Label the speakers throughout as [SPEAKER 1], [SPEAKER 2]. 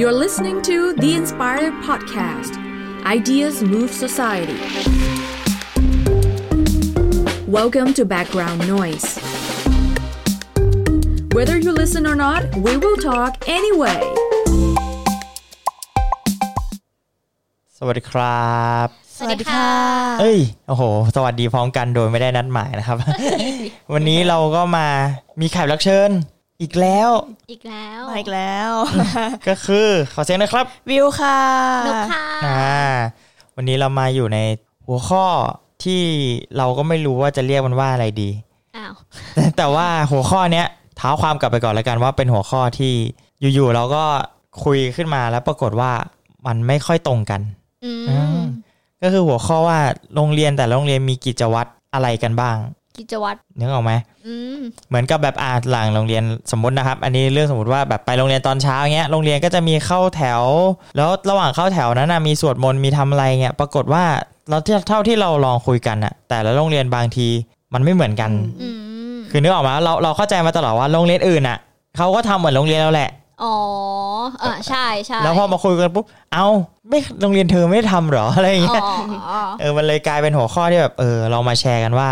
[SPEAKER 1] You're listening to The Inspire Podcast Ideas Move Society. Welcome to Background Noise. Whether you listen or not, we will talk anyway.
[SPEAKER 2] สวัสดีครับ
[SPEAKER 3] สวัสดีค่ะ
[SPEAKER 2] เอ้ย โอ้โห สวัสดีพร้อมกันโดยไม่ได้นัดหมายนะครับ วันนี้เราก็มามีแขกรับเชิญอีกแล้ว
[SPEAKER 3] อีกแล้ว
[SPEAKER 4] มาอีกแล้ว
[SPEAKER 2] ก็คือขอเสียงหนะครับ
[SPEAKER 4] วิวค่ะ
[SPEAKER 3] นกค่ะ
[SPEAKER 2] อ่า วันนี้เรามาอยู่ในหัวข้อที่เราก็ไม่รู้ว่าจะเรียกมันว่าอะไรดี
[SPEAKER 3] อ้าว
[SPEAKER 2] แต่แต่ว่าหัวข้อเนี้ยเท้าความกลับไปก่อนแล้วกันว่าเป็นหัวข้อที่อยู่ๆเราก็คุยขึ้นมาแล้วปรากฏว่ามันไม่ค่อยตรงกัน
[SPEAKER 3] อื
[SPEAKER 2] อืม
[SPEAKER 3] ม
[SPEAKER 2] ก็คือหัวข้อว่าโรงเรียนแต่ละโรงเรียนมีกิจวัตรอะไรกันบ้าง
[SPEAKER 3] กิจวัตร
[SPEAKER 2] นึกออกไหม
[SPEAKER 3] อืม
[SPEAKER 2] เหมือนกับแบบอ่าหลังโรงเรียนสมมตินะครับ อันนี้เรื่องสมมติว่าแบบไปโรงเรียนตอนเช้าเงี้ยโรงเรียนก็จะมีเข้าแถว แล้วระหว่างเข้าแถวนั้นนะมีสวดมนต์มีทำอะไรเงี้ยปรากฏว่าเราเทียบเท่าที่เราลองคุยกันอะแต่ละโรงเรียนบางทีมันไม่เหมือนกัน
[SPEAKER 3] อืม
[SPEAKER 2] คือนึกออกไหมเราเราเข้าใจมาตลอดว่าโรงเรียนอื่นอะเขาก็ทำเหมือนโรงเรียนเราแหละ
[SPEAKER 3] อ๋ออ่ะใช่ใช่
[SPEAKER 2] แล้วพอมาคุยกันปุ๊บเอ้าไม่โรงเรียนเธอไม่ทำเหรออะไรอย่างเงี้
[SPEAKER 3] อ๋
[SPEAKER 2] ย
[SPEAKER 3] ออ๋อ
[SPEAKER 2] เออ มันเลยกลายเป็นหัวข้อที่แบบ เออ เรามาแชร์กันว่า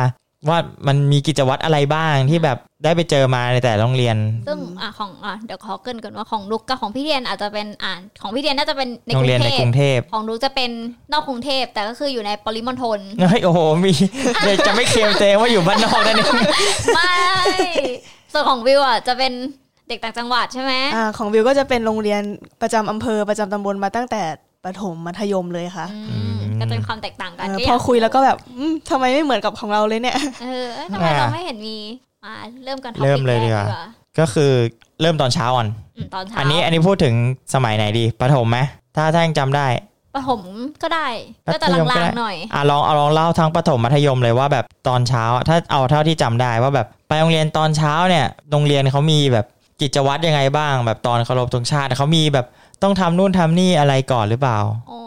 [SPEAKER 2] ว่ามันมีกิจวัตรอะไรบ้างที่แบบได้ไปเจอมาในแต่ละโรงเรียน
[SPEAKER 3] ซึ่งอ่ะของอ่ะเดี๋ยวขอเกรินก่อนว่าของลูกกับของพี่เรียนอาจจะเป็นอ่านของพี่เรียนน่าจะเป็นใน
[SPEAKER 2] โร
[SPEAKER 3] ก
[SPEAKER 2] ง
[SPEAKER 3] รุ
[SPEAKER 2] เรียน
[SPEAKER 3] ง
[SPEAKER 2] ใน
[SPEAKER 3] เท
[SPEAKER 2] ก
[SPEAKER 3] พ
[SPEAKER 2] รุงเทพ
[SPEAKER 3] ของลูกจะเป็นนอกกรุงเทพแต่ก็คืออยู่ในปริมณฑ ล
[SPEAKER 2] เฮ้ยโอ้โห มี เดี๋ยวจะไม่เคลมตัวเองว่าอยู่บ้านนอกนั่นเอง
[SPEAKER 3] ไม่ ส่วนของวิวอ่ะจะเป็นเด็กต่างจังหวัดใช่ไหม
[SPEAKER 4] อ่าของวิวก็จะเป็นโรงเรียนประจำอำเภอประจำตำบลมาตั้งแต่ประถมมัธยมเลยค่ะ
[SPEAKER 3] อืมก็จะเป็นความแตกต่างกัน
[SPEAKER 4] เออ
[SPEAKER 3] ก็
[SPEAKER 4] พ
[SPEAKER 3] ยา
[SPEAKER 4] อก คุยแล้วก็แบบอืมทำไมไม่เหมือนกับของเราเลย เนี่ย
[SPEAKER 3] เออเอ้ยทำไมเราไม่เห็นมีมาเริ่มกัน topic
[SPEAKER 2] เริ่มเลยดีกว่า
[SPEAKER 3] แร
[SPEAKER 2] ก็คือเริ่มตอนเช้าก่อน
[SPEAKER 3] อืมตอนเช้า
[SPEAKER 2] อันนี้ อันนี้พูดถึงสมัยไหนดี ประถมไหม ถ้าท่านจำได้
[SPEAKER 3] ประถมก็ได้
[SPEAKER 2] มัธยม
[SPEAKER 3] ก็จะ
[SPEAKER 2] ก็
[SPEAKER 3] ลาง
[SPEAKER 2] ได้
[SPEAKER 3] ๆหน่อย
[SPEAKER 2] อ่ะลองเอาลองเล่าทั้งประถมมัธยมเลยว่าแบบตอนเช้า ถ้าเอาเท่าที่จำได้ว่าแบบไปโรงเรียนตอนเช้าเนี่ย โรงเรียนเขามีแบบกิจวัตรยังไงบ้าง แบบตอนเคารพธงชาติเขามีแบบต้องทำนู่นทำนี่อะไรก่อนหรือเปล่า
[SPEAKER 3] อ๋อ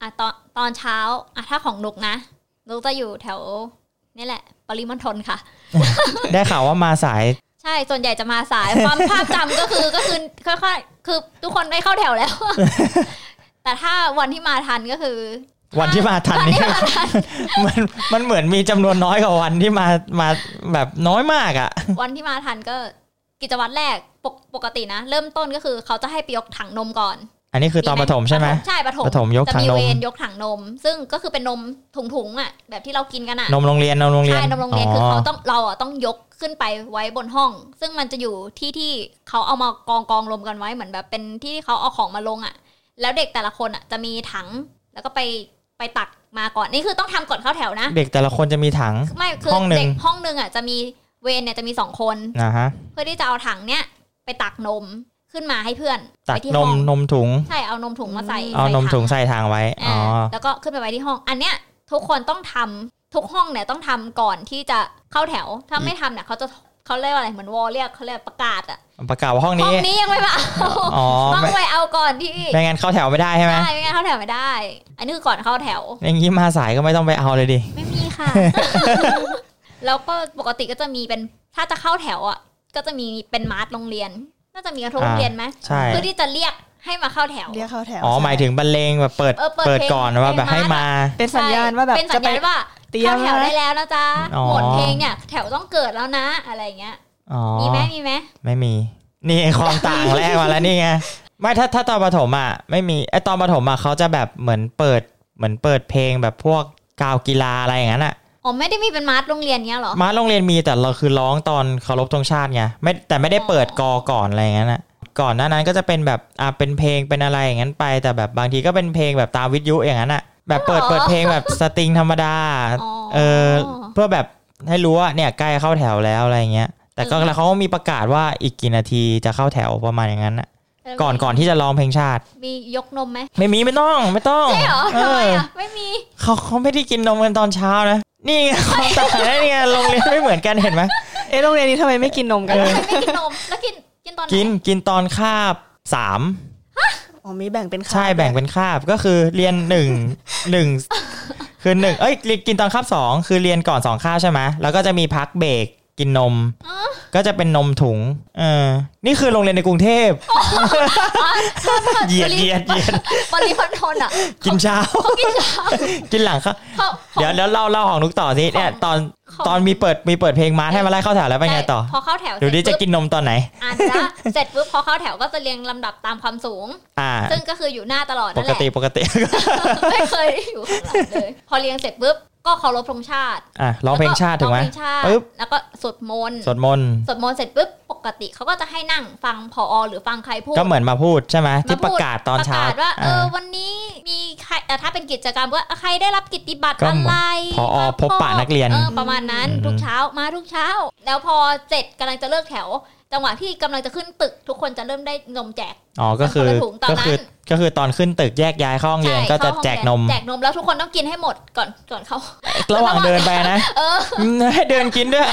[SPEAKER 3] อ่ะตอนตอนเช้าอ่ะถ้าของนุกนะนุกจะอยู่แถวนี่แหละ ปริมณฑลค่ะ
[SPEAKER 2] ได้ข่าวว่ามาสาย
[SPEAKER 3] ใช่ ส่วนใหญ่จะมาสาย ความภาพจำก็คือก็คือค่อยๆคือทุกคนไม่เข้าแถว แล้ว แต่ถ้าวันที่มาทันก็คือ
[SPEAKER 2] วันที่มาทันนี่ มันมันเหมือนมีจำนวนน้อยกว่าวันที่มามาแบบน้อยมากอะ่ะ
[SPEAKER 3] วันที่มาทันก็กิจวัตรแรกปกปกตินะ เริ่มต้นก็คือเขาจะให้ไปยกถังนมก่อน
[SPEAKER 2] อันนี้คือตอนประถมใช่ไหม
[SPEAKER 3] ใช่ประถม
[SPEAKER 2] ประถมยกถังนม
[SPEAKER 3] จะมีเวรยกถังนม ซึ่งก็คือเป็นนมถุงๆอ่ะ แบบที่เรากินกันอ่ะ
[SPEAKER 2] นมโรงเรียนนมโรงเรียน
[SPEAKER 3] ใช่นมโรงเรียนคือ
[SPEAKER 2] อ
[SPEAKER 3] เขาต้องเราอ่ะต้องยกขึ้นไปไว้บนห้อง ซึ่งมันจะอยู่ที่ที่เขาเอามากองกองรวมกันไว้เหมือนแบบเป็นที่ที่เขาเอาของมาลงอ่ะ แล้วเด็กแต่ละคนอ่ะจะมีถังแล้วก็ไปไปตักมาก่อนนี่คือต้องทำก่อนเข้าแถวนะ
[SPEAKER 2] เด็กแต่ละคนจะมีถัง
[SPEAKER 3] ไม่คือ
[SPEAKER 2] ห้องหนึ่ง
[SPEAKER 3] เด็กห้องหนึ่งอ่ะจะมีเวรเนี่ยจะมีสองคน
[SPEAKER 2] นะฮะ
[SPEAKER 3] เพื่อที่จะเอาถังเนี้ยไปตักนมขึ้นมาให้เพื่อน
[SPEAKER 2] ตั
[SPEAKER 3] ไป
[SPEAKER 2] กน
[SPEAKER 3] ที่ห้
[SPEAKER 2] ม
[SPEAKER 3] อง
[SPEAKER 2] นมถุง
[SPEAKER 3] ใช่เอานมถุงมาใส่
[SPEAKER 2] เอา
[SPEAKER 3] ใส่
[SPEAKER 2] นม
[SPEAKER 3] ถั
[SPEAKER 2] ถุงใส่ถังไว้
[SPEAKER 3] อ่า
[SPEAKER 2] อ๋อ
[SPEAKER 3] แล้วก็ขึ้นไปไว้ที่ห้อง อันเนี้ยทุกคนต้องทำทุกห้องเนี่ยต้องทำก่อนที่จะเข้าแถว ถ้าไม่ทำเนี่ยเขาจะเขาเรียกว่าอะไรเหมือนวอลเรียกเขาเรียกประกาศอะ
[SPEAKER 2] ประกาศว่าห้อง
[SPEAKER 3] ห้อ
[SPEAKER 2] นี้
[SPEAKER 3] งนี้ยังไม่มาเอา
[SPEAKER 2] อ๋อ
[SPEAKER 3] ต้อง
[SPEAKER 2] ไม่
[SPEAKER 3] ไปเอาก่อนที่
[SPEAKER 2] ไม่งั้นเข้าแถวไม่ได้ใช่ไหม
[SPEAKER 3] ใช่ไม่งั้นเข้าแถวไม่ได้ อันนี้คือก่อนเข้าแถว
[SPEAKER 2] อย่างนี้มาสายก็ไม่ต้องไปเอาเลยดิ
[SPEAKER 3] ไม่มีค่ะ แล้วก็ปกติก็จะมีเป็นถ้าจะเข้าแถวอ่ะ ก็จะมีเป็นมาร์ทโรงเรียน น่าจะมีกันทุกโรงเรียนไหม
[SPEAKER 2] ใช่
[SPEAKER 3] เพื่อที่จะเรียกให้มาเข้าแถว
[SPEAKER 4] เรียกเข้าแถว
[SPEAKER 2] อ๋อหมายถึงบรรเลงแบบเปิด
[SPEAKER 3] เออเปิด
[SPEAKER 2] เปิด
[SPEAKER 3] เพลง
[SPEAKER 2] ก่อนว่าแบบ
[SPEAKER 3] เพลง
[SPEAKER 2] ให้มา
[SPEAKER 3] มา
[SPEAKER 4] เป็นสัญญาณว่าแบบ
[SPEAKER 3] เป็นสั
[SPEAKER 4] จะ
[SPEAKER 3] ญ
[SPEAKER 4] ไป
[SPEAKER 3] ญาณว่า
[SPEAKER 4] เตรียม
[SPEAKER 3] เข้าแถว
[SPEAKER 4] นะ
[SPEAKER 3] ได้แล้วนะจ๊ะ
[SPEAKER 2] อ๋อ
[SPEAKER 3] หมดเพลงเนี่ย แถวต้องเกิดแล้วนะอะไรอย่างเงี้ย
[SPEAKER 2] อ๋อ
[SPEAKER 3] มีไหมมีไหม
[SPEAKER 2] ไม่มี นี่ไง ความต่างแรกมาแล้วนี่ไงไม่ถ้าถ้าตอนประถมอ่ะไม่มีไอตอนประถมอ่ะเขาจะแบบเหมือนเปิดเหมือนเปิดเพลงแบบพวกกาวกีฬาอะไรอย่างนั้นอ่ะ
[SPEAKER 3] อ๋อไม่ได้มีเป็นมาร์ทโรงเรียนเงี้ยเหรอ
[SPEAKER 2] มาโรงเรียนมีแต่เราคือร้องตอนเคารพธงชาติไงไม่แต่ไม่ได้เปิดกอก่อนอะไรอย่างนั้นอ่ะก่อนหน้านั้นก็จะเป็นแบบอ่ะเป็นเพลงเป็นอะไรอย่างนั้นไป แต่แบบบางทีก็เป็นเพลงแบบตามวิทยุอย่างนั้นอ่ะแบบเปิด
[SPEAKER 3] อ๋อ
[SPEAKER 2] เปิดเพลงแบบสตริงธรรมดา
[SPEAKER 3] อ๋อ
[SPEAKER 2] เออเพื่อแบบให้รู้ว่าเนี่ยใกล้เข้าแถวแล้วอะไรเงี้ย แต่ก็
[SPEAKER 3] เออ
[SPEAKER 2] แล้วเขาก็มีประกาศว่าอีกกี่นาทีจะเข้าแถวประมาณอย่างนั้นน่ะ
[SPEAKER 3] แล้ว
[SPEAKER 2] ก่อนก่อนที่จะร้องเพลงชาติ
[SPEAKER 3] มียกนมไหม
[SPEAKER 2] ไม่มีไม่ต้องไม่ต้อง
[SPEAKER 3] ไม่เหรอ
[SPEAKER 2] เอ
[SPEAKER 3] ทำไม
[SPEAKER 2] อ
[SPEAKER 3] อ่ะไม่มี
[SPEAKER 2] เขาเขาไม่ได้กินนมกันตอนเช้านะ นี่ไง ความต่างนะนี่ไงโรงเรียนไม่เหมือนกันเห็นไหม
[SPEAKER 4] เอ๊ะโรงเรียนนี้ทำไมไม่กินนมกัน
[SPEAKER 3] ทำไมไม่กินนมแล้วกินกินตอนไหน
[SPEAKER 2] กินกินตอนคาบสาม
[SPEAKER 4] อ๋อมีแบ่งเป็นคาบ
[SPEAKER 2] ใช่แบ่งเป็นคาบก็คือเรียนหนึ่งหนึ่งคือหนึ่งเอ้ยกินตอนคาบสองคือเรียนก่อนสองคาบใช่ไหมแล้วก็จะมีพักเบรก กินนม ก็จะเป็นนมถุงเออนี่คือโรงเรียนในกรุงเทพเหยียดเหยียดเหยียด
[SPEAKER 3] ปริมณฑลอ่ะ
[SPEAKER 2] กินเช้า
[SPEAKER 3] เขากินเช้า
[SPEAKER 2] กินหลังค่ะ
[SPEAKER 3] เขาขา
[SPEAKER 2] เดี๋ยวแล้วเล่าเล่าของนุกต่อสิเนี่ย
[SPEAKER 3] ของ
[SPEAKER 2] ตอน
[SPEAKER 3] ของ
[SPEAKER 2] ตอนมีเปิดมีเปิดเพลงมาให้มาไล่เข้าแถวแล้วเป็นไงต่อ
[SPEAKER 3] พอเข้าแถวเส
[SPEAKER 2] เดี๋ยว
[SPEAKER 3] ร็จ
[SPEAKER 2] นี้จะ
[SPEAKER 3] ปุ๊บ
[SPEAKER 2] กินนมตอนไหน
[SPEAKER 3] อ่านละเสร็จปุ๊บพอเข้าแถวก็จะเรียงลำดับตามความสูง
[SPEAKER 2] อ่า
[SPEAKER 3] ซึ่งก็คืออยู่หน้าตลอด
[SPEAKER 2] ป
[SPEAKER 3] นั่น
[SPEAKER 2] ก
[SPEAKER 3] แหละ
[SPEAKER 2] ติปกติ
[SPEAKER 3] ไม่เคยอยู่ข้างหลังเลย พอเรียงเสร็จปุ๊บก็เคารพธงชาติ
[SPEAKER 2] อ่ะร้องเพลงชาติถูกไหม
[SPEAKER 3] ร้องเพลงชาติ
[SPEAKER 2] ปึ๊บ
[SPEAKER 3] แล้วก็สวดมนต์
[SPEAKER 2] สวดมนต์
[SPEAKER 3] สวดมนต์เสร็จปุ๊บปกติเขาก็จะให้นั่งฟังพอหรือฟังใครพูด
[SPEAKER 2] ก็เหมือนมาพูดใช่ไหม
[SPEAKER 3] ม
[SPEAKER 2] ที่
[SPEAKER 3] พูด
[SPEAKER 2] ประกาศตอนเช้า
[SPEAKER 3] ประกศว่าเออ
[SPEAKER 2] อ่า
[SPEAKER 3] วันนี้มีใครเอ่อถ้าเป็นกิจกรรมว่าใครได้รับกิตติบัตร
[SPEAKER 2] ก็เห
[SPEAKER 3] อะ
[SPEAKER 2] มือน
[SPEAKER 3] ไร
[SPEAKER 2] ผอ
[SPEAKER 3] มา
[SPEAKER 2] พบปะนักเรียน
[SPEAKER 3] ออประมาณนั้น
[SPEAKER 2] อืม
[SPEAKER 3] ทุกเช้ามาทุกเช้า แล้วพอเสร็จกำลังจะเลิกแถว จังหวะที่กำลังจะขึ้นตึก ทุกคนจะเริ่มได้นมแจก
[SPEAKER 2] อ๋อก็คือ
[SPEAKER 3] เป็นคนละถุงตอน
[SPEAKER 2] ก็
[SPEAKER 3] นั้น
[SPEAKER 2] คือก็คือตอนขึ้นตึกแยกย้ายเข้าห้องเรียน
[SPEAKER 3] ใช่
[SPEAKER 2] ก็จะ
[SPEAKER 3] เข้าห้อง
[SPEAKER 2] แจกนม
[SPEAKER 3] แจกนมแล้วทุกคนต้องกินให้หมดก่อนก่อนเขา
[SPEAKER 2] ระหว่างเดินไปนะ
[SPEAKER 3] เออ
[SPEAKER 2] ให้เดินกิน ด้วย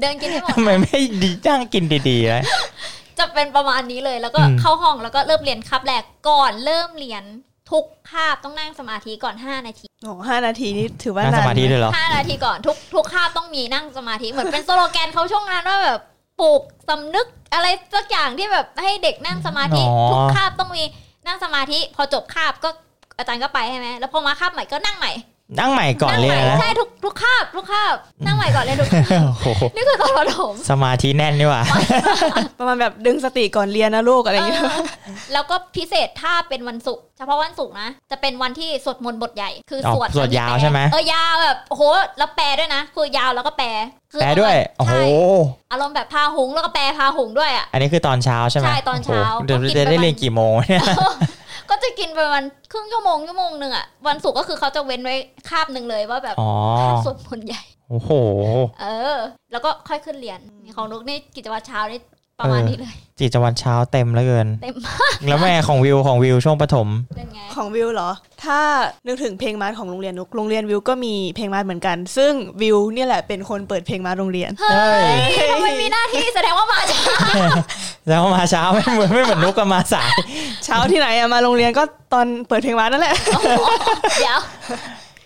[SPEAKER 3] เดินกินให้หมด
[SPEAKER 2] ทำไมไม่ดีจ้างกินดีๆนะ
[SPEAKER 3] จะเป็นประมาณนี้เลยแล้วก็
[SPEAKER 2] อืม
[SPEAKER 3] เข้าห้องแล้วก็เริ่มเรียนคาบแรกก่อนเริ่มเรียนทุกคาบต้องนั่งสมาธิก่อน 5 นาที
[SPEAKER 4] โอ้ห้านาทีนี่ถือว่า
[SPEAKER 2] นั่ง
[SPEAKER 4] นา
[SPEAKER 2] ส
[SPEAKER 4] น
[SPEAKER 2] มาธิด้วยเหรอ
[SPEAKER 3] 5 นาทีก่อนทุกทุกคาบต้องมีนั่งสมาธิเหมือนเป็นสโลแกนเขาช่วงนั้นว่าแบบปลูกสำนึกอะไรสักอย่างที่แบบให้เด็กนั่งสมาธิ
[SPEAKER 2] อ๋อ
[SPEAKER 3] ทุกคาบต้องมีนั่งสมาธิ พอจบคาบก็อาจารย์ก็ไปใช่ไหมแล้วพอมาคาบใหม่ก็นั่งใหม่
[SPEAKER 2] นั่งใหม่ก่อน
[SPEAKER 3] นั่ง
[SPEAKER 2] เล
[SPEAKER 3] ให
[SPEAKER 2] ย
[SPEAKER 3] ม่
[SPEAKER 2] นะ
[SPEAKER 3] ใช่ทุกทุกคาบทุกคาบนั่งใหม่ก่อนเลยทุกคาบ
[SPEAKER 2] โอ้โห
[SPEAKER 3] นี่คือตอนประถม
[SPEAKER 2] สมาธิแน่นนี่หว่า
[SPEAKER 4] ประมาณแบบดึงสติก่อนเรียนนะลูกอะไรอย่างเงี้ย
[SPEAKER 3] เออแล้วก็พิเศษถ้าเป็นวันศุกร์เฉพาะวันศุกร์นะ จะเป็นวันที่สวดมนต์บทใหญ่ คืออ
[SPEAKER 2] อ
[SPEAKER 3] สวด
[SPEAKER 2] สวดยาวใช่ไหม
[SPEAKER 3] เออยาวแบบโอ้โหแล้วแปลด้วยนะ คือยาวแล้วก็แปลคือ
[SPEAKER 2] แปลด้วย โอ้โห
[SPEAKER 3] ใช่อารมณ์แบบพาหุงแล้วก็แปลพาหุงด้วยอ่ะ
[SPEAKER 2] อันนี้คือตอนเช้าใช่ไหม
[SPEAKER 3] ใช่ตอนเช้า
[SPEAKER 2] โโหเดี๋ยว
[SPEAKER 3] ก็กิน
[SPEAKER 2] จะได้
[SPEAKER 3] ประมาณ
[SPEAKER 2] เรียนกี่โมงเนี่ย
[SPEAKER 3] ก็จะกินประมาณครึ่งชั่วโมงชั่วโมงหนึ่งอ่ะวันศุกร์ก็คือเขาจะเว้นไว้คาบหนึ่งเลยว่าแบบ
[SPEAKER 2] อ๋อ
[SPEAKER 3] สวดมนต์ใหญ่
[SPEAKER 2] โอ้โห
[SPEAKER 3] เออ แล้วก็ค่อยขึ้นเรียนของนุกนี่กิจวัตรเช้านี่ประมาณ
[SPEAKER 2] เออ
[SPEAKER 3] นี้ เลย
[SPEAKER 2] จิตวันเช้าเต็มแล้วเกิน
[SPEAKER 3] เต็ม
[SPEAKER 2] แล้วแม่ของวิวของวิวช่วงปฐม
[SPEAKER 3] เป็นไง
[SPEAKER 4] ของวิวเหรอ ถ้านึกถึงเพลงมาร์ชของโรงเรียนนุก โรงเรียนวิวก็มีเพลงมาร์ชเหมือนกัน ซึ่งวิวเนี่ยแหละเป็นคนเปิดเพลงมาร์ชโรงเรียน
[SPEAKER 3] เฮ้ยทำไมมีหน้าที่แสดงว่ามาช้า
[SPEAKER 2] แล้วมาเช้า ไม่เหมือนไม่เหมือนนุกก็มาสาย
[SPEAKER 4] เช้าที่ไหนอะมาโรงเรียนก็ตอนเปิดเพลงมาร์ชนั่นแหละ
[SPEAKER 3] เดี๋ยว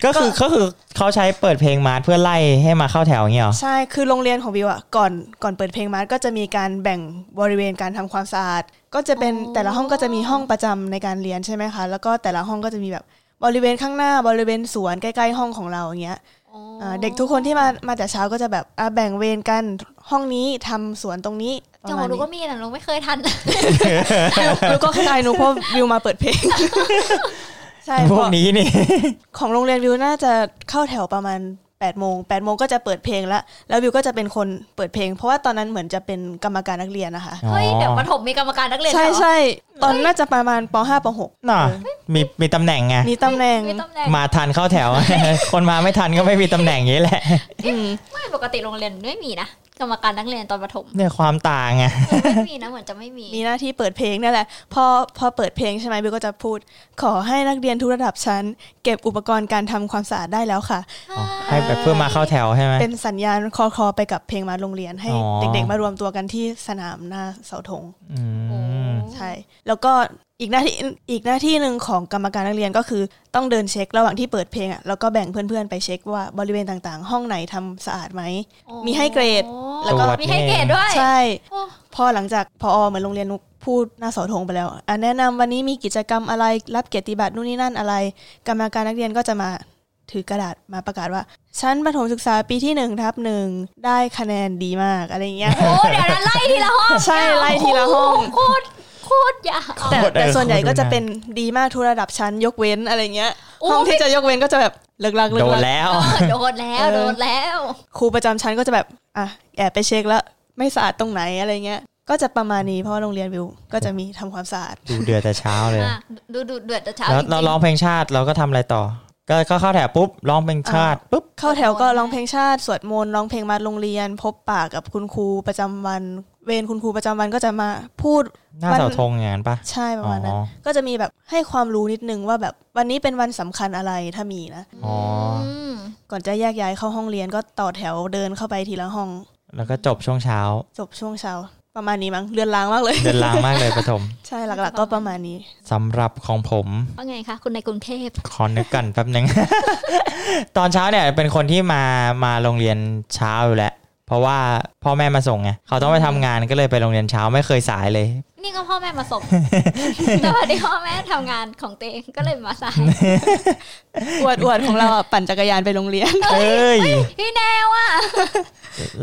[SPEAKER 2] ก็คือก็คือเขาใช้เปิดเพลงมาเพื่อไล่ให้มาเข้าแถวอย่างเงี้ยเหรอ
[SPEAKER 4] ใช่ คือโรงเรียนของวิวอะก่อน ก่อนเปิดเพลงมาร์ชก็จะมีการแบ่งบริเวณการทำความสะอาด ก็จะเป็น
[SPEAKER 3] อ๋อ
[SPEAKER 4] แต่ละห้องก็จะมีห้องประจำในการเรียนใช่ไหมคะ แล้วก็แต่ละห้องก็จะมีแบบบริเวณข้างหน้า บริเวณสวนใกล้ๆห้องของเราอย่างเงี้ย อ่าเด็กทุกคนที่มามาแต่เช้าก็จะแบบอ่ะแบ่งเวรกันห้องนี้ทำสวนตรงนี้ป
[SPEAKER 3] จัง
[SPEAKER 4] ระมาว
[SPEAKER 3] หะ
[SPEAKER 4] ณ
[SPEAKER 3] หนู
[SPEAKER 4] นี้
[SPEAKER 3] ก็มีแต่หนูไม่เคยทั น
[SPEAKER 4] แล้วก็คลายหนูเพราะวิวมาเปิดเพลง ใช่
[SPEAKER 2] พวก
[SPEAKER 4] เพรา
[SPEAKER 2] นี้นี่
[SPEAKER 4] ะของโรงเรียนวิวน่าจะเข้าแถวประมาณ8ปดโมงแปดโมงก็จะเปิดเพลงละแล้ววิวก็จะเป็นคนเปิดเพลง เพราะว่าตอนนั้นเหมือนจะเป็นกรรมการนักเรียนนะคะ
[SPEAKER 3] เฮ้ย เดี๋ยวประถมมีกรรมการนักเรียนเหร
[SPEAKER 4] ใช่
[SPEAKER 3] อ
[SPEAKER 4] ใช่ตอนน่าจะประมาณป .5 ป
[SPEAKER 2] น่ะมีมีตำแหน่งไง
[SPEAKER 4] .6 มีตำแหน่ง
[SPEAKER 3] มีตำแหน่ง
[SPEAKER 2] มาทันเข้าแถว คนมาไม่ทันก็ไม่มีตำแหน่งอย่างนี้แหละ
[SPEAKER 4] อืม
[SPEAKER 3] ไม่ปกติโรงเรียนไม่มีนะกรรมการนักเรียนตอนประถม
[SPEAKER 2] เนี่ยความต่างไง
[SPEAKER 3] เออไม่มีนะเหมือนจะไม่มี
[SPEAKER 4] มีหน้าที่เปิดเพลงนั่นแหละพอพอเปิดเพลงใช่ไหมวิวก็จะพูด ขอให้นักเรียนทุกระดับชั้น เก็บอุปกรณ์การทำความสะอาดได้แล้วค่ะ
[SPEAKER 2] อ๋อให้แบบเพื่อมาเข้าแถวใช่ไหม
[SPEAKER 4] เป็นสัญญาณคอคอไปกับเพลงมาโรงเรียนให้
[SPEAKER 2] อ๋อ
[SPEAKER 4] เด็กๆมารวมตัวกันที่สนามหน้าเสาธง
[SPEAKER 2] อื
[SPEAKER 3] โอ้
[SPEAKER 2] ม
[SPEAKER 4] ใช่แล้วก็อีกหน้าที่อีกหน้าที่หนึ่งของกรรมการนักเรียนก็คือต้องเดินเช็คระหว่างที่เปิดเพลงอ่ะแล้วก็แบ่งเพื่อนๆไปเช็คว่าบริเวณต่างๆ ห้องไหนทำสะอาดไหม มีให้เกรด
[SPEAKER 3] โอ้
[SPEAKER 4] แล้วก็
[SPEAKER 2] ตรจ
[SPEAKER 3] มีให้เกรดด้วย
[SPEAKER 4] ใช่
[SPEAKER 3] โอ้
[SPEAKER 4] พอหลังจากพอเหมือนโรงเรียนนุกพูดหน้าเสาธงไปแล้วอ่ะแนะนำวันนี้มีกิจกรรมอะไรรับเกียรติบัตรนู่นนี่นั่นอะไร กรรมการนักเรียนก็จะมาถือกระดาษมาประกาศว่าชั้นประถมศึกษาปีที่หนึ่งทับหนึ่งได้คะแนนดีมากอะไรอย่างเงี้ย
[SPEAKER 3] โหเดี๋ยวนะไล่ทีละห้อง
[SPEAKER 4] ใช่ไล่ทีละห้อง
[SPEAKER 3] โคตรโคตรยาว
[SPEAKER 4] แต่
[SPEAKER 2] โคร
[SPEAKER 4] แต่
[SPEAKER 2] เออ
[SPEAKER 4] ส่วนใหญ่ก็จะ
[SPEAKER 2] โคตรดูา
[SPEAKER 4] เป็นดีมากทุกระดับชั้นยกเว้นอะไรเงี้ย
[SPEAKER 3] โอ้
[SPEAKER 4] ห้องที่จะยกเว้นก็จะแบบเลิกลักเลิ
[SPEAKER 2] โด
[SPEAKER 4] ก
[SPEAKER 2] น
[SPEAKER 4] ลัก
[SPEAKER 2] แล้ว
[SPEAKER 3] โดนแล้ว
[SPEAKER 4] เออ
[SPEAKER 3] โดนแล้ว
[SPEAKER 4] ครูประจำชั้นก็จะแบบอ่ะแอบไปเช็คแล้วไม่สะอาดตรงไหนอะไรเงี้ยก็จะประมาณนี้เพราะว่าโรงเรียนวิวก็จะมีทำความสะอาด
[SPEAKER 2] ดูเดือดแต่เช้าเลย
[SPEAKER 3] อ่ะดูดูเดือดแต่เช้า
[SPEAKER 2] แล้ว
[SPEAKER 3] จงๆ
[SPEAKER 2] เราร้องเพลงชาติเราก็ทำอะไรต่อ ก็ก็เข้าแถวปุ๊บร้องเพลงชาติปุ๊บ
[SPEAKER 4] เข้าแถว
[SPEAKER 3] ส
[SPEAKER 4] ก็
[SPEAKER 3] วดมนต์
[SPEAKER 4] ร้องเพลงชาติ สวดมนต์ร้องเพลงมาโรงเรียน พบปะกับคุณครูประจำวัน เวรคุณครูประจำวันก็จะมาพูด
[SPEAKER 2] หน้าเสาธงอย่างนั้นปะ
[SPEAKER 4] ใช่ประมาณนั้น
[SPEAKER 2] อ๋อ
[SPEAKER 4] ก็จะมีแบบให้ความรู้นิดนึงว่าแบบวันนี้เป็นวันสำคัญอะไรถ้ามีนะ
[SPEAKER 2] อ๋อ
[SPEAKER 3] อืม
[SPEAKER 4] ก่อนจะแยกย้ายเข้าห้องเรียนก็ต่อแถวเดินเข้าไปทีละห้อง
[SPEAKER 2] แล้วก็จบช่วงเช้า
[SPEAKER 4] จบช่วงเช้า ประมาณนี้มั้งเรือนล้างมากเลย
[SPEAKER 2] เดินลางมากเลยปฐม
[SPEAKER 4] ใช่หลักๆ ก็ประมาณนี้
[SPEAKER 2] สำหรับของผม
[SPEAKER 3] ว่าไงคะคุณในกรุงเทพ
[SPEAKER 2] ขอนึกกัน แป๊บนึง ตอนเช้าเนี่ยเป็นคนที่มามาโรงเรียนเช้าอยู่แล้ว เพราะว่าพ่อแม่มาส่งไงเขาต้องไปทำงานก็เลยไปโรงเรียนเช้าไม่เคยสายเลย
[SPEAKER 3] นี่ก็พ่อแม่มา ส่ง แต่วันนี้พ่อแม่ทำงานของตัวเองก็เลยมาสาย
[SPEAKER 4] อวดอวดของเราอะปั่นจักรยานไปโรงเรียน
[SPEAKER 2] เอ้ย
[SPEAKER 3] พี่แนวอ่ะ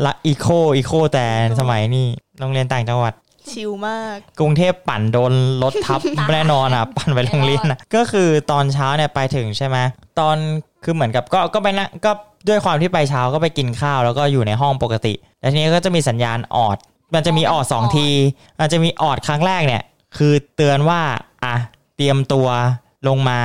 [SPEAKER 2] ละอีโคอีโคแต่สมัยนี้โรงเรียนต่างจังหวัด
[SPEAKER 4] ชิลมาก
[SPEAKER 2] กรุงเทพปั่นโดนรถ ทับ แน่นอนอ่ะ ปั่นไปโรงเรียนอ่ะก็คือตอนเช้าเนี่ยไปถึงใช่ไหมตอนคือเหมือนกับก็ก็ไปนะก็ด้วยความที่ไปเช้าก็ไปกินข้าวแล้วก็อยู่ในห้องปกติแล้วทีนี้ก็จะมีสัญญาณออด มันจะมีออดสองทีมันจะมีออดครั้งแรกเนี่ย คือเตือนว่าอ่ะเตรียมตัวลงมา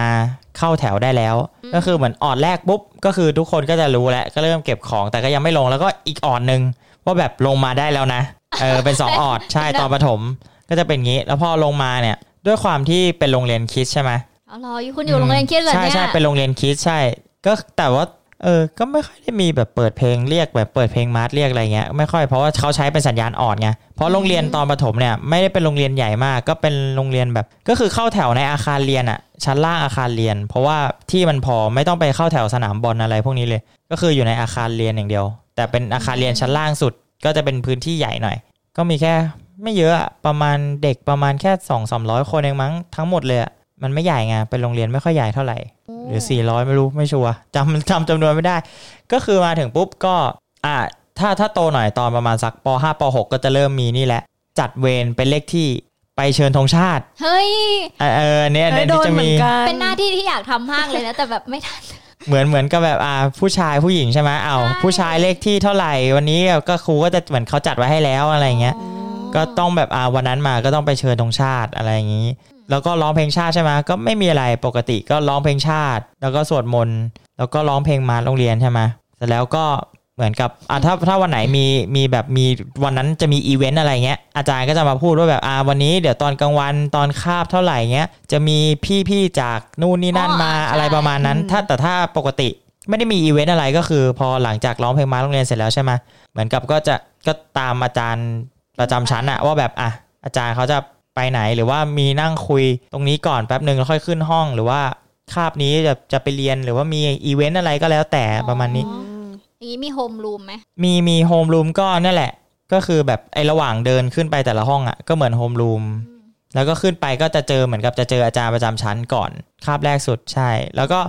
[SPEAKER 2] เข้าแถวได้แล้ว ก็คือเหมือนออดแรกปุ๊บก็คือทุกคนก็จะรู้แล้วก็เริ่มเก็บของแต่ก็ยังไม่ลงแล้วก็อีกออดหนึ่งว่าแบบลงมาได้แล้วนะเออเป็นสองออดใช่ต อนประถม ก็จะเป็นงี้แล้วพอลงมาเนี่ย ด้วยความที่เป็นโรงเรียนคริดใช่ไหม
[SPEAKER 3] เอาเหรอคุณอยู่โรงเรียนเครียดเหรอ
[SPEAKER 2] ใช่
[SPEAKER 3] เนี่ย
[SPEAKER 2] ใช่เป็นโรงเรียนคริดใช่ ก็แต่ว่าเออก็ไม่ค่อยได้มีแบบเปิดเพลงเรียกแบบเปิดเพลงมาร์ชเรียกอะไรเงี้ยไม่ค่อยเพราะว่าเขาใช้เป็นสัญญาณออดไงเพราะโรงเรียนตอนประถมเนี่ยไม่ได้เป็นโรงเรียนใหญ่มาก ก็เป็นโรงเรียนแบบ ก็คือเข้าแถวในอาคารเรียนอะชั้นล่างอาคารเรียน เพราะว่าที่มันพอไม่ต้องไปเข้าแถวสนามบอลอะไรพวกนี้เลย ก็คืออยู่ในอาคารเรียนอย่างเดียว แต่เป็นอาคารเรียนชั้นล่างสุด ก็จะเป็นพื้นที่ใหญ่หน่อย ก็มีแค่ไม่เยอะอะประมาณเด็กประมาณแค่สองสามร้อยคนเองมั้งทั้งหมดเลยอะมันไม่ใหญ่ไงเป็นโรงเรียนไม่ค่อยใหญ่เท่าไหร่
[SPEAKER 3] โอ้
[SPEAKER 2] หรือ 400 ไม่รู้ไม่ชัวร์จำจำจำนวนไม่ได้ ก็คือมาถึงปุ๊บก็อ่าถ้าถ้าโตหน่อยตอนประมาณสักป .5 ป .6 ก็จะเริ่มมีนี่แหละ จัดเวรเป็นเลขที่ไปเชิญธงชาติ
[SPEAKER 3] เฮ้ย
[SPEAKER 2] เออเอออันเนี่ยอัน
[SPEAKER 4] เฮ้ย
[SPEAKER 2] เนี่ย
[SPEAKER 4] โด
[SPEAKER 2] ที่
[SPEAKER 4] น
[SPEAKER 2] จะ
[SPEAKER 4] เหมื
[SPEAKER 2] มี
[SPEAKER 4] อนกัน
[SPEAKER 3] เป็นหน้าที่ที่อยากทำมากเลยนะแต่แบบไม่ทัน
[SPEAKER 2] เหมือนเหมือนกับแบบอ่าผู้ชายผู้หญิงใช่ไหมเอา
[SPEAKER 3] ใช่
[SPEAKER 2] ผู้ชายเลขที่เท่าไหร่ วันนี้ก็ครูก็จะเหมือนเขาจัดไว้ให้แล้วอะไรอย่างเงี้ย ก็ต้องแบบอ่าวันนั้นมาก็ต้องไปเชิญธงชาติอะไรอย่างนี้ แล้วก็ร้องเพลงชาติใช่ไหมก็ไม่มีอะไรปกติก็ร้องเพลงชาติ แล้วก็สวดมนต์แล้วก็ร้องเพลงมาโรงเรียนใช่ไหมเสร็จแล้วก็เหมือนกับอ่ะถ้าถ้าวันไหนมีมีแบบมีวันนั้นจะมีอีเวนต์อะไรเงี้ยอาจารย์ก็จะมาพูดว่าแบบอ่าวันนี้เดี๋ยวตอนกลางวันตอนคาบเท่าไหร่เงี้ยจะมีพี่พี่ๆจากนู่นนี่นั่น
[SPEAKER 3] อ๋อ
[SPEAKER 2] มา
[SPEAKER 3] ใช่
[SPEAKER 2] อะไรประมาณนั้น
[SPEAKER 4] อืม
[SPEAKER 2] ถ้าแต่ถ้าปกติไม่ได้มีอีเวนต์อะไรก็คือ พอหลังจากร้องเพลงมาโรงเรียนเสร็จแล้วใช่ไหม เหมือนกับก็จะก็ตามอาจารย์ประจำชั้นอะว่าแบบอ่ะอาจารย์เขาจะไปไหนหรือว่ามีนั่งคุยตรงนี้ก่อนแป๊บหนึ่งแล้วค่อยขึ้นห้อง หรือว่าคาบนี้จะจะไปเรียนหรือว่ามีอีเวนต์อะไรก็แล้วแต่ประมาณนี้
[SPEAKER 3] อ๋ออย่างนี้มีโฮมรูมไหม
[SPEAKER 2] มีมีโฮมรูมก็นั่นแหละ ก็คือแบบไอ้ระหว่างเดินขึ้นไปแต่ละห้องอะก็เหมือนโฮมรูมแล้วก็ขึ้นไปก็จะเจอเหมือนกับจะเจออาจารย์ประจำชั้นก่อนคาบแรกสุดใช่ แล้วก็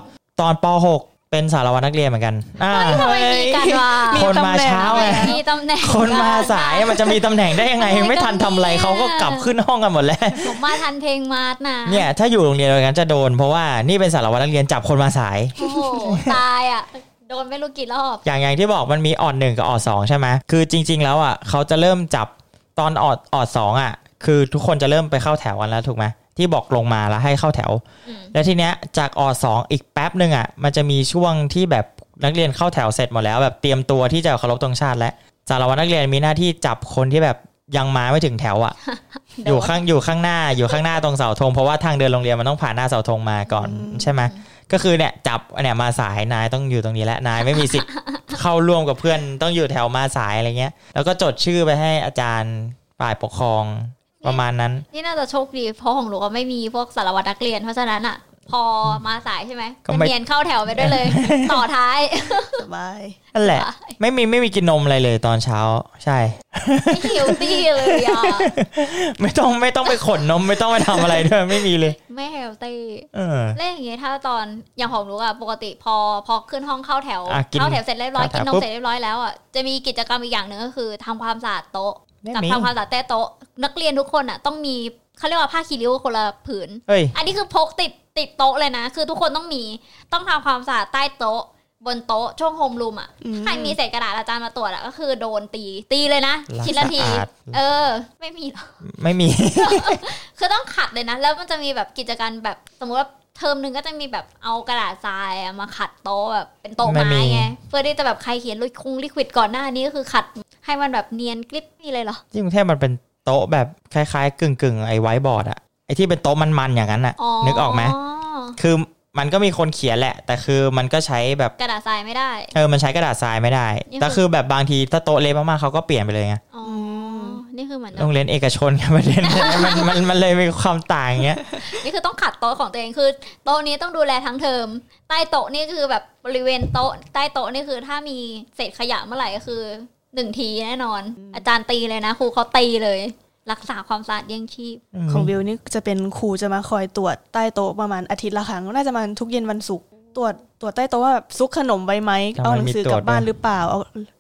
[SPEAKER 2] ตอนป .6 เป็นสารวัตรนักเรียนเหมือนกันอ่า
[SPEAKER 3] เฮ้ยทำไมมีกันวะ
[SPEAKER 2] มีคนมาเช้าไง
[SPEAKER 3] มีตำแหน่ง
[SPEAKER 2] คนมาสายมันจะมีตำแหน่งได้ยังไง ไม่ทันทำอะไรเขาก็กลับขึ้นห้องกันหมดแล้ว
[SPEAKER 3] ผมมาทันเพลงมาร์ทนะ
[SPEAKER 2] เนี่ยถ้าอยู่โรงเรียนเดียวกันจะโดน เพราะว่านี่เป็นสารวัตรนักเรียนจับคนมาสาย
[SPEAKER 3] โอ้โห ตายอ่ะ โดนไม่รู้กี่รอบ
[SPEAKER 2] อย่างอย่างที่บอกมันมีออดหนึ่งกับออดสองใช่ไหมคือจริง ๆ แล้วอ่ะเขาจะเริ่มจับตอนออดออดสองอ่ะ คือทุกคนจะเริ่มไปเข้าแถวกันแล้วถูกไหมที่บอกลงมาแล้วให้เข้าแถว
[SPEAKER 3] อืม
[SPEAKER 2] แล้วทีเนี้ยจากออดสองอีกแป๊บหนึ่งอ่ะมันจะมีช่วงที่แบบนักเรียนเข้าแถวเสร็จหมดแล้วแบบเตรียมตัวที่จะเคารพธงชาติแล้วสารวัตรนักเรียนมีหน้าที่จับคนที่แบบยังมาไม่ถึงแถวอ่ะ อยู่ข้างอยู่ข้างหน้าอยู่ข้างหน้าตรงเสาธงเพราะว่าทางเดินโรงเรียนมันต้องผ่านหน้าเสาธงมาก่อนใช่ไหมก็คือเนี่ยจับเนี่ยมาสายนายต้องอยู่ตรงนี้แหละนายไม่มีสิทธิ์ เข้าร่วมกับเพื่อนต้องอยู่แถวมาสายอะไรเงี้ย แล้วก็จดชื่อไปให้อาจารย์ฝ่ายปกครองประมาณนั้น
[SPEAKER 3] นี่น่าจะโชคดี เพราะของหนูก็ไม่มีพวกสารวัตรนักเรียน เพราะฉะนั้นอ่ะ พอมาสายใช่ไหม
[SPEAKER 2] ก็ไม่
[SPEAKER 3] เนียนเข้าแถวไปด้วย เลย ต่อท้าย
[SPEAKER 4] สบาย
[SPEAKER 2] นั่นแหละ ไม่มีไม่มีกินนมอะไรเลยตอนเช้า ใช่
[SPEAKER 3] ไม่หิวตี้เลยอ่ะ
[SPEAKER 2] ไม่ต้องไม่ต้องไปขนนม ไม่ต้องไปทำอะไรด้วยไม่มีเลย
[SPEAKER 3] ไม่เฮลตี้
[SPEAKER 2] เออ
[SPEAKER 3] แล้วอย่างเงี้ยถ้าตอนอย่างของหนูอ่ะปกติพอพอขึ้นห้องเข้าแถว
[SPEAKER 2] อ่ะกิน
[SPEAKER 3] เข้าแถวเสร็จเรียบร้อย
[SPEAKER 2] เข้าแถว
[SPEAKER 3] กินนม
[SPEAKER 2] ปุ๊บ
[SPEAKER 3] เสร็จเรียบร้อยแล้วอ่ะจะมีกิจกรรมอีกอย่างหนึ่งก็คือทำความสะอาดโต๊ะ
[SPEAKER 2] ไม่
[SPEAKER 3] กับ
[SPEAKER 2] มี
[SPEAKER 3] ทำความสะอาดใต้โต๊ะนักเรียนทุกคนอ่ะต้องมีเขาเรียกว่าผ้าคีริ้วคนละผืน
[SPEAKER 2] เฮ้ย
[SPEAKER 3] อันนี้คือพกติดติดโต๊ะเลยนะ คือทุกคนต้องมีต้องทำความสะอาดใต้โต๊ะ บนโต๊ะช่วงโฮมรูมอ่ะ
[SPEAKER 4] อืม
[SPEAKER 3] ใครมีเศษกระดาษอาจารย์มาตรวจอ่ะก็คือโดนตีตีเลยนะ
[SPEAKER 2] รัก
[SPEAKER 3] ชิ้นละที
[SPEAKER 2] สะอาด
[SPEAKER 3] เออ ไม่มีหรอก
[SPEAKER 2] ไม่มี
[SPEAKER 3] คือต้องขัดเลยนะ แล้วมันจะมีแบบกิจการแบบสมมติว่าเทอมหนึ่งก็จะมีแบบเอากระดาษทรายอะมาขัดโต๊ะแบบเป็นโต๊ะ
[SPEAKER 2] ไม่มี
[SPEAKER 3] ไม้ไงเพื่อที่จะแบบใครเขียนลุยคุงลิควิดก่อนหน้านี้ก็คือขัดให้มันแบบเนียนกริบนี่เลยเหรอ
[SPEAKER 2] ที่กรุงเทพมันเป็นโต๊ะแบบคล้ายๆ กึ่งกึ่งๆไอ้ไว้บอร์ดอะไอ้ที่เป็นโต๊ะมันๆอย่างนั้นอะ
[SPEAKER 3] อ๋อ
[SPEAKER 2] นึกออกไหมคือมันก็มีคนเขียนแหละ แต่คือมันก็ใช้แบบ
[SPEAKER 3] กระดาษทรายไม่ได้
[SPEAKER 2] เออมันใช้กระดาษทรายไม่ได้
[SPEAKER 3] นี่คือ
[SPEAKER 2] แต่คือแบบบางทีถ้าโต๊ะเละมากๆเขาก็เปลี่ยนไปเลยไง
[SPEAKER 3] อ๋อนี่คือเหมือน
[SPEAKER 2] โรงเรียนเอกชนกันประเด็น มันมันมันเลยมีความต่างอย่างเงี้ย
[SPEAKER 3] นี่คือต้องขัดโต๊ะของตัวเองคือโต๊ะนี้ต้องดูแลทั้งเทอมใต้โต๊ะนี่คือแบบบริเวณโต๊ะใต้โต๊ะนี่คือถ้ามีเศษขยะเมื่อไหร่ก็คือ หนึ่งทีแน่นอน อาจารย์ตีเลยนะครูเขาตีเลย รักษาความสะอาดเยี่ยงชีพ
[SPEAKER 4] ของวิวนี่จะเป็นครูจะมาคอยตรวจใต้โต๊ะประมาณอาทิตย์ละครั้งน่าจะประมาณทุกเย็นวันศุกร์ตรวจตรวจใต้โต๊ะว่าแบบซุกขนมไว้ไหม
[SPEAKER 2] ทำไม
[SPEAKER 4] เอาหนังสือกลับบ้าน
[SPEAKER 2] มีตรวจด้วย
[SPEAKER 4] หรือเปล่าเอา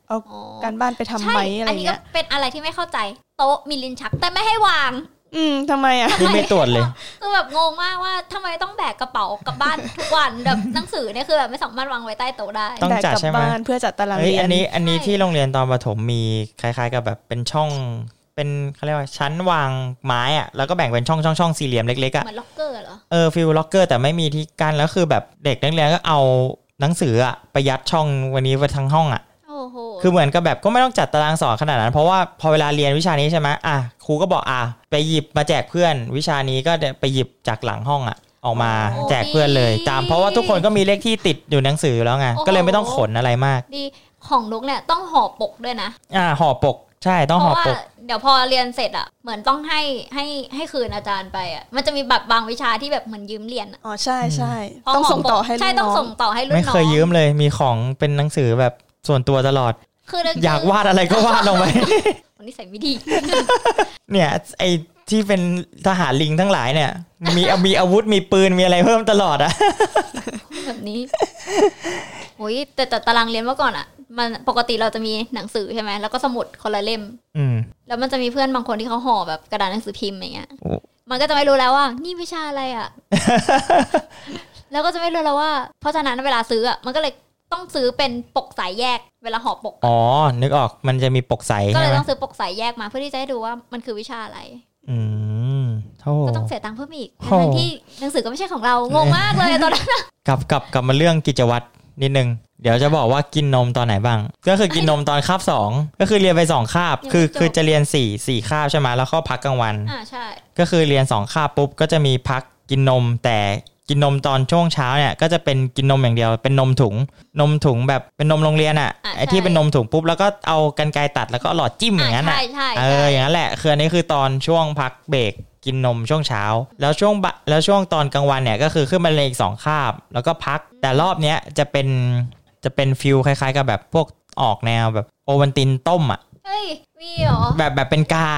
[SPEAKER 4] เอา
[SPEAKER 3] อ๋อ
[SPEAKER 4] การบ้านไปทำ
[SPEAKER 3] ใช่
[SPEAKER 4] ไหมอะไร
[SPEAKER 3] นนี้ก็
[SPEAKER 4] เงี้ย
[SPEAKER 3] เป็นอะไรที่ไม่เข้าใจ โต๊ะมีลิ้นชักแต่ไม่ให้วาง
[SPEAKER 4] อืมทำไมอ่ะ
[SPEAKER 2] นี่ไม่ตรวจเลย
[SPEAKER 3] คือแบบงงมากว่าทำไมต้องแบกกระเป๋ากลับบ้านทุกวันแบบหนังสือเนี่ยคือแบบไม่สามารถวางไว้ใต้โต๊ะได้
[SPEAKER 2] ต้อง
[SPEAKER 4] แบก
[SPEAKER 2] จัด
[SPEAKER 4] กลั
[SPEAKER 2] ใช่ไหม
[SPEAKER 4] บ้านเพื่อจัดตาราง
[SPEAKER 2] เฮ้ย
[SPEAKER 4] เรีย
[SPEAKER 2] อั
[SPEAKER 4] น
[SPEAKER 2] นนี้อันนี้
[SPEAKER 3] ใช่
[SPEAKER 2] ที่โรงเรียนตอนประถมมีคล้ายๆกับแบบเป็นช่องเป็นเขาเรียกว่าชั้นวางไม้อะแล้วก็แบ่งเป็นช่องช่องช่องสี่เหลี่ยมเล็กๆอะ
[SPEAKER 3] เหมือนล็อกเกอร์เหรอ
[SPEAKER 2] เออฟิลล็อกเกอร์แต่ไม่มีที่กั้นแล้วคือแบบเด็กนักเรียนก็เอาหนังสืออะไปยัดช่องวันนี้ไปทั้งห้องอะ
[SPEAKER 3] โอ้โห
[SPEAKER 2] คือเหมือนกับแบบก็ไม่ต้องจัดตารางสอนขนาดนั้น เพราะว่าพอเวลาเรียนวิชานี้ใช่ไหมอ่ะครูก็บอกอ่ะไปหยิบมาแจกเพื่อน วิชานี้ก็ไปหยิบจากหลังห้องอ่ะ ออกมาแจกเพื่อนเลยตามเพราะว่าทุกคนก็มีเลขที่ติดอยู่หนังสืออยู่แล้วไงก็เลยไม่ต้องขนอะไรมาก
[SPEAKER 3] ดีของนุกเนี่ยต้องห่อปกด้วยนะ
[SPEAKER 2] อ่าห่อปกใช่ต้อง
[SPEAKER 3] เพ
[SPEAKER 2] ห่อ
[SPEAKER 3] ราะว่า
[SPEAKER 2] ปก
[SPEAKER 3] เดี๋ยวพอเรียนเสร็จอ่ะเหมือนต้องให้ให้ให้คืนอาจารย์ไปอ่ะมันจะมีแบบบางวิชาที่แบบเหมือนยืมเรียนอะ
[SPEAKER 4] อ๋อใช่ใช่
[SPEAKER 3] เพราะ
[SPEAKER 4] ต้องส่ง
[SPEAKER 3] ปก
[SPEAKER 4] ต่อให้ลู
[SPEAKER 3] ใช่
[SPEAKER 4] ก
[SPEAKER 3] ต้
[SPEAKER 4] น้
[SPEAKER 3] อง
[SPEAKER 4] อ
[SPEAKER 3] ส่
[SPEAKER 4] ง
[SPEAKER 3] งต่อให้รุ่นน้อง
[SPEAKER 2] ไม่เคยยืมเลยมีของเป็นหนังสือแบบส่วนตัวตลอด
[SPEAKER 3] คือเรื่ง
[SPEAKER 2] อยากวาดอะไรก็ วาดลงไป
[SPEAKER 3] คนนี้ใส่ไม่ดี
[SPEAKER 2] เนี่ยไอที่เป็นทหารลิงทั้งหลายเนี่ย มีมีอาวุธมีปืนมีอะไรเพิ่มตลอดอะ
[SPEAKER 3] แบบนี้โอ้ยแต่แต่ตารางเรียนเมื่อก่อนอ่ะ มันปกติเราจะมีหนังสือใช่ไหมแล้วก็สมุดคนละเล่ม
[SPEAKER 2] อืม
[SPEAKER 3] แล้วมันจะมีเพื่อนบางคนที่เขาห่อแบบกระดาษหนังสือพิมพ์อย่างเงี้ย
[SPEAKER 2] โอ้
[SPEAKER 3] มันก็จะไม่รู้แล้วว่า นี่วิชาอะไร อ่ะ แล้วก็จะไม่รู้แล้วว่า เพราะฉะนั้นเวลาซื้ออ่ะ มันก็เลยต้องซื้อเป็นปกสายแยก เวลาห่อปก
[SPEAKER 2] อ๋อนึกออกมันจะมีปกใส
[SPEAKER 3] ก็
[SPEAKER 2] ใช่
[SPEAKER 3] เลย
[SPEAKER 2] ไหม
[SPEAKER 3] ต้องซื้อปกสายแยกมาเพื่อที่จะให้ดูว่ามันคือวิชาอะไร
[SPEAKER 2] อืมโธ่
[SPEAKER 3] ก็ต้องเสียตังค์เพิ่มอีก
[SPEAKER 2] โอ้
[SPEAKER 3] ทั้งๆที่หนังสือก็ไม่ใช่ของเรา งงมากเลยตอนนั้น
[SPEAKER 2] กลับกลับกลับมาเรื่องกิจวัตรนิดนึง เดี๋ยวจะบอกว่ากินนมตอนไหนบ้าง ก็คือกินนมตอนคาบสองก็คือเรียนไปสองคาบ
[SPEAKER 3] ยังไม่
[SPEAKER 2] คือ
[SPEAKER 3] จบ
[SPEAKER 2] คือจะเรียนสี่สี่คาบใช่ไหมแล้วก็พักกลางวัน
[SPEAKER 3] อ่าใช่
[SPEAKER 2] ก็คือเรียนสองคาบปุ๊บก็จะมีพักกินนม แต่กินนมตอนช่วงเช้าเนี่ยก็จะเป็นกินนมอย่างเดียว เป็นนมถุง นมถุงแบบเป็นนมโรงเรียนอะ
[SPEAKER 3] อ่ะ
[SPEAKER 2] ไอที่
[SPEAKER 3] ใช่
[SPEAKER 2] เป็นนมถุงปุ๊บแล้วก็เอากรรไกรตัดแล้วก็เอาหลอดจิ้มอย่าง
[SPEAKER 3] อ่า
[SPEAKER 2] นั้นอะ
[SPEAKER 3] ใช่ใช่
[SPEAKER 2] เอ
[SPEAKER 3] ใช่
[SPEAKER 2] ออย่างนั้นแหละคืออันนี้คือตอนช่วงพักเบรกกินนมช่วงเช้า แล้วช่วงบะแล้วช่วงตอนกลางวันเนี่ยก็คือขึ้นมาเลยนอีกสองคาบ แล้วก็พักแต่รอบเนี้ยจะเป็นจะเป็นฟิลคล้ายๆ กับแบบพวกออกแนวแบบโอวันตินต้มอ่ะ
[SPEAKER 3] เฮ้ยมีเหรอ
[SPEAKER 2] แบบแบบเป็นกา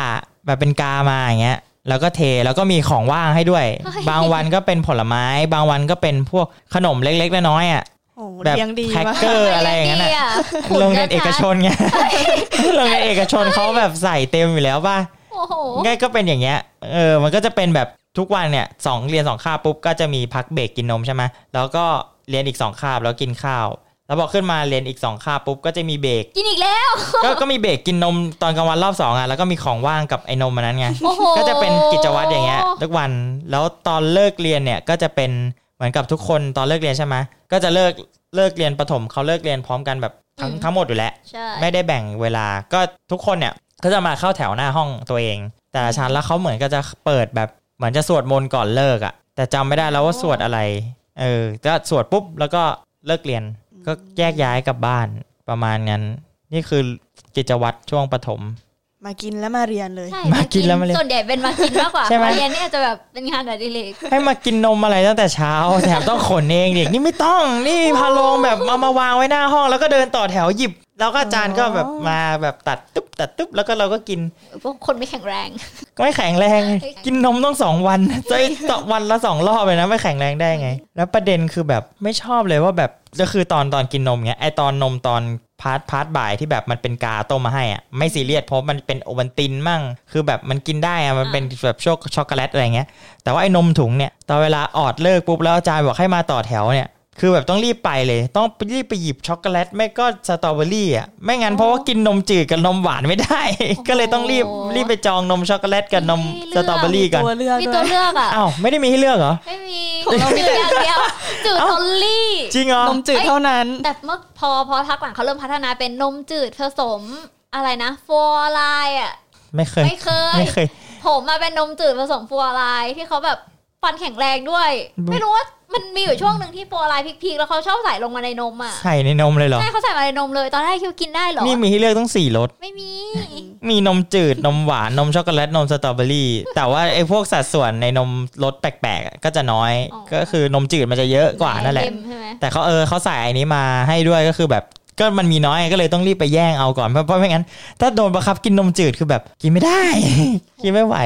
[SPEAKER 2] แบบเป็นกามาอย่างเงี้ยแล้วก็เทแล้วก็มีของว่างให้ด้วย
[SPEAKER 3] เฮ้ย
[SPEAKER 2] บางวันก็เป็นผลไม้ บางวันก็เป็นพวกขนมเล็กๆน้อยๆอ่ะ
[SPEAKER 4] โอ้
[SPEAKER 2] แบบ
[SPEAKER 4] เลี้ยงดี
[SPEAKER 2] แครก
[SPEAKER 4] ว่ะ
[SPEAKER 2] เกอร์อะไรอย่างเงี้ย
[SPEAKER 3] ดี
[SPEAKER 2] น่ะ
[SPEAKER 3] อะ
[SPEAKER 2] โรงเรียนเอกชนไง โรงเรียนเอกชนเขาแบบใส่เต็มอยู่แล้วป่ะ
[SPEAKER 3] โอ้โห
[SPEAKER 2] ง่ายก็เป็นอย่างเงี้ย เออ มันก็จะเป็นแบบทุกวันเนี่ยสองเรียนสองคาบปุ๊บก็จะมีพักเบรกกินนมใช่ไหมแล้วก็เรียนอีกสองคาบแล้วกินข้าว แล้วพอขึ้นมาเรียนอีกสองคาบปุ๊บก็จะมีเบรก
[SPEAKER 3] กินอีกแล้ว
[SPEAKER 2] ก็ก็มีเบรกกินนมตอนกลางวันรอบสองอ่ะ แล้วก็มีของว่างกับไอ้นมมันนั้นไง
[SPEAKER 3] โอ้โห
[SPEAKER 2] ก็จะเป็นกิจวัตรอย่างเงี้ยทุกวัน แล้วตอนเลิกเรียนเนี่ยก็จะเป็นเหมือนกับทุกคนตอนเลิกเรียนใช่ไหมก็จะเลิกเลิกเรียนประถมเขาเลิกเรียนพร้อมกันแบบทั้ง
[SPEAKER 3] อืม
[SPEAKER 2] ทั้งหมดอยู่แล้ว
[SPEAKER 3] ใช่
[SPEAKER 2] ไม่ได้แบ่งเวลา ก็ทุกคนเนี่ยก็จะมาเข้าแถวหน้าห้องตัวเอง แต่ละชั้นแล้วเขาเหมือนก็จะเปิดแบบเหมือนจะสวดมนต์ก่อนเลิกอะ่ะ แต่จำไม่ได้แล้วว่าสวดอะไร เออก็สวดปุ๊บแล้วก็เลิกเรียน ก็แยกย้ายกลับบ้านประมาณนั้น นี่คือกิจวัตรช่วงปฐม
[SPEAKER 4] มากินแล้วมาเรียนเลย
[SPEAKER 3] ใช่
[SPEAKER 2] มากินแล้วมาเล่น
[SPEAKER 3] ส่วนใหญ่เป็นมากินมากกว่า
[SPEAKER 2] ใช่ไหม
[SPEAKER 3] มาเรียนเนี่ยจะแบบเป็นงานอดิเรก
[SPEAKER 2] ให้มากินนมอะไรตั้งแต่เช้า แถมต้องขนเองเด็กนี่ไม่ต้อง นี่พาลงแบบเอามาวางไว้หน้าห้อง แล้วก็เดินต่อแถวหยิบ แล้วก็อาจารย์ก็แบบมาแบบตัดตุ๊บตัดตุ๊บแล้วก็เราก็กิน
[SPEAKER 3] พวกคนไม่แข็งแรง
[SPEAKER 2] ก็ไม่แข็งแรง กินนมต้องสองวัน จะต่อวันละสองรอบเลยนะ ไม่แข็งแรงได้ไง แล้วประเด็นคือแบบไม่ชอบเลยว่าแบบก็คือตอนตอนกินนมเงี้ยไอตอนนมตอนพาร์ทพาร์ทบ่ายที่แบบมันเป็นกาต้มมาให้อ่ะไม่ซีเรียสเพราะมันเป็นโอวัลตินมั่ง คือแบบมันกินได้อ่ะมันเป็นแบบช็อกช็อกโกแลตอะไรเงี้ย แต่ว่าไอ้นมถุงเนี่ยตอนเวลาออดเลิกปุ๊บแล้วอาจารย์บอกให้มาต่อแถวเนี่ย คือแบบต้องรีบไปเลย ต้องรีบไปหยิบช็อกโกแลตไม่ก็สตรอเบอรี่อ่ะไม่งั้นเพราะว่ากินนมจืดกับนมหวานไม่ได้ ก็เลยต้องรีบรีบไปจองนมช็อกโกแลตกับนม
[SPEAKER 3] ไม่เลื
[SPEAKER 2] ส
[SPEAKER 3] อก
[SPEAKER 2] ตรอเบอรี่กัน
[SPEAKER 4] ตัวเลือก
[SPEAKER 3] มี
[SPEAKER 4] ด้
[SPEAKER 3] ตัว
[SPEAKER 4] วย
[SPEAKER 3] เลือกอ่ะ
[SPEAKER 2] อ้าวไม่ได้มีให้เลือกเหรอ
[SPEAKER 3] ไม่มีของเรามีอย่างเดียวจืด
[SPEAKER 2] เอ้า
[SPEAKER 3] ทอลลี่
[SPEAKER 2] จริงเหรอน
[SPEAKER 4] มจืด
[SPEAKER 3] เอ้ย
[SPEAKER 4] เท่านั้น
[SPEAKER 3] แต่เมื่อพอพอพักหลังเขาเริ่มพัฒนาเป็นนมจืดผสมอะไรนะฟัวลายอ่ะ
[SPEAKER 2] ไม่เคย
[SPEAKER 3] ไม่เคย
[SPEAKER 2] ไม่เคย
[SPEAKER 3] ผมมาเป็นนมจืดผสมฟัวลายที่เขาแบบฟันแข็งแรงด้วย
[SPEAKER 2] ดู
[SPEAKER 3] ไม่รู้ว่ามันมีอยู่ช่วงหนึ่งที่ฟัวลายพีกๆแล้วเขาชอบใส่ลงมาในนมอ่ะ
[SPEAKER 2] ใส่ในนมเลยเหรอ
[SPEAKER 3] ใช่เขาใส่มาในนมเลยตอนแรกคิดวากินได้เหรอ
[SPEAKER 2] นี่มีให้เลือกต้องสี่รส
[SPEAKER 3] ไม่มี
[SPEAKER 2] มีนมจืดนมหวานนมช็อกโกแลตนมสตรอเบอรี่ แต่ว่าไอ้พวกสัดส่วนในนมรสแปลกๆอะก็จะน้อย
[SPEAKER 3] อ๋อ
[SPEAKER 2] ก็คือนมจืดมันจะเยอะกว่านั่นแหละ
[SPEAKER 3] เค็มใช่ไหม
[SPEAKER 2] แต่เขาเออเขาใส่อันนี้มาให้ด้วยก็คือแบบ ก็มันมีน้อยก็เลยต้องรีบไปแย่งเอาก่อนเพราะเพราะไม่งั้น ถ้าโดนบังคับกินนมจืดคือแบบกินไม่ได้ กินไม่ไหว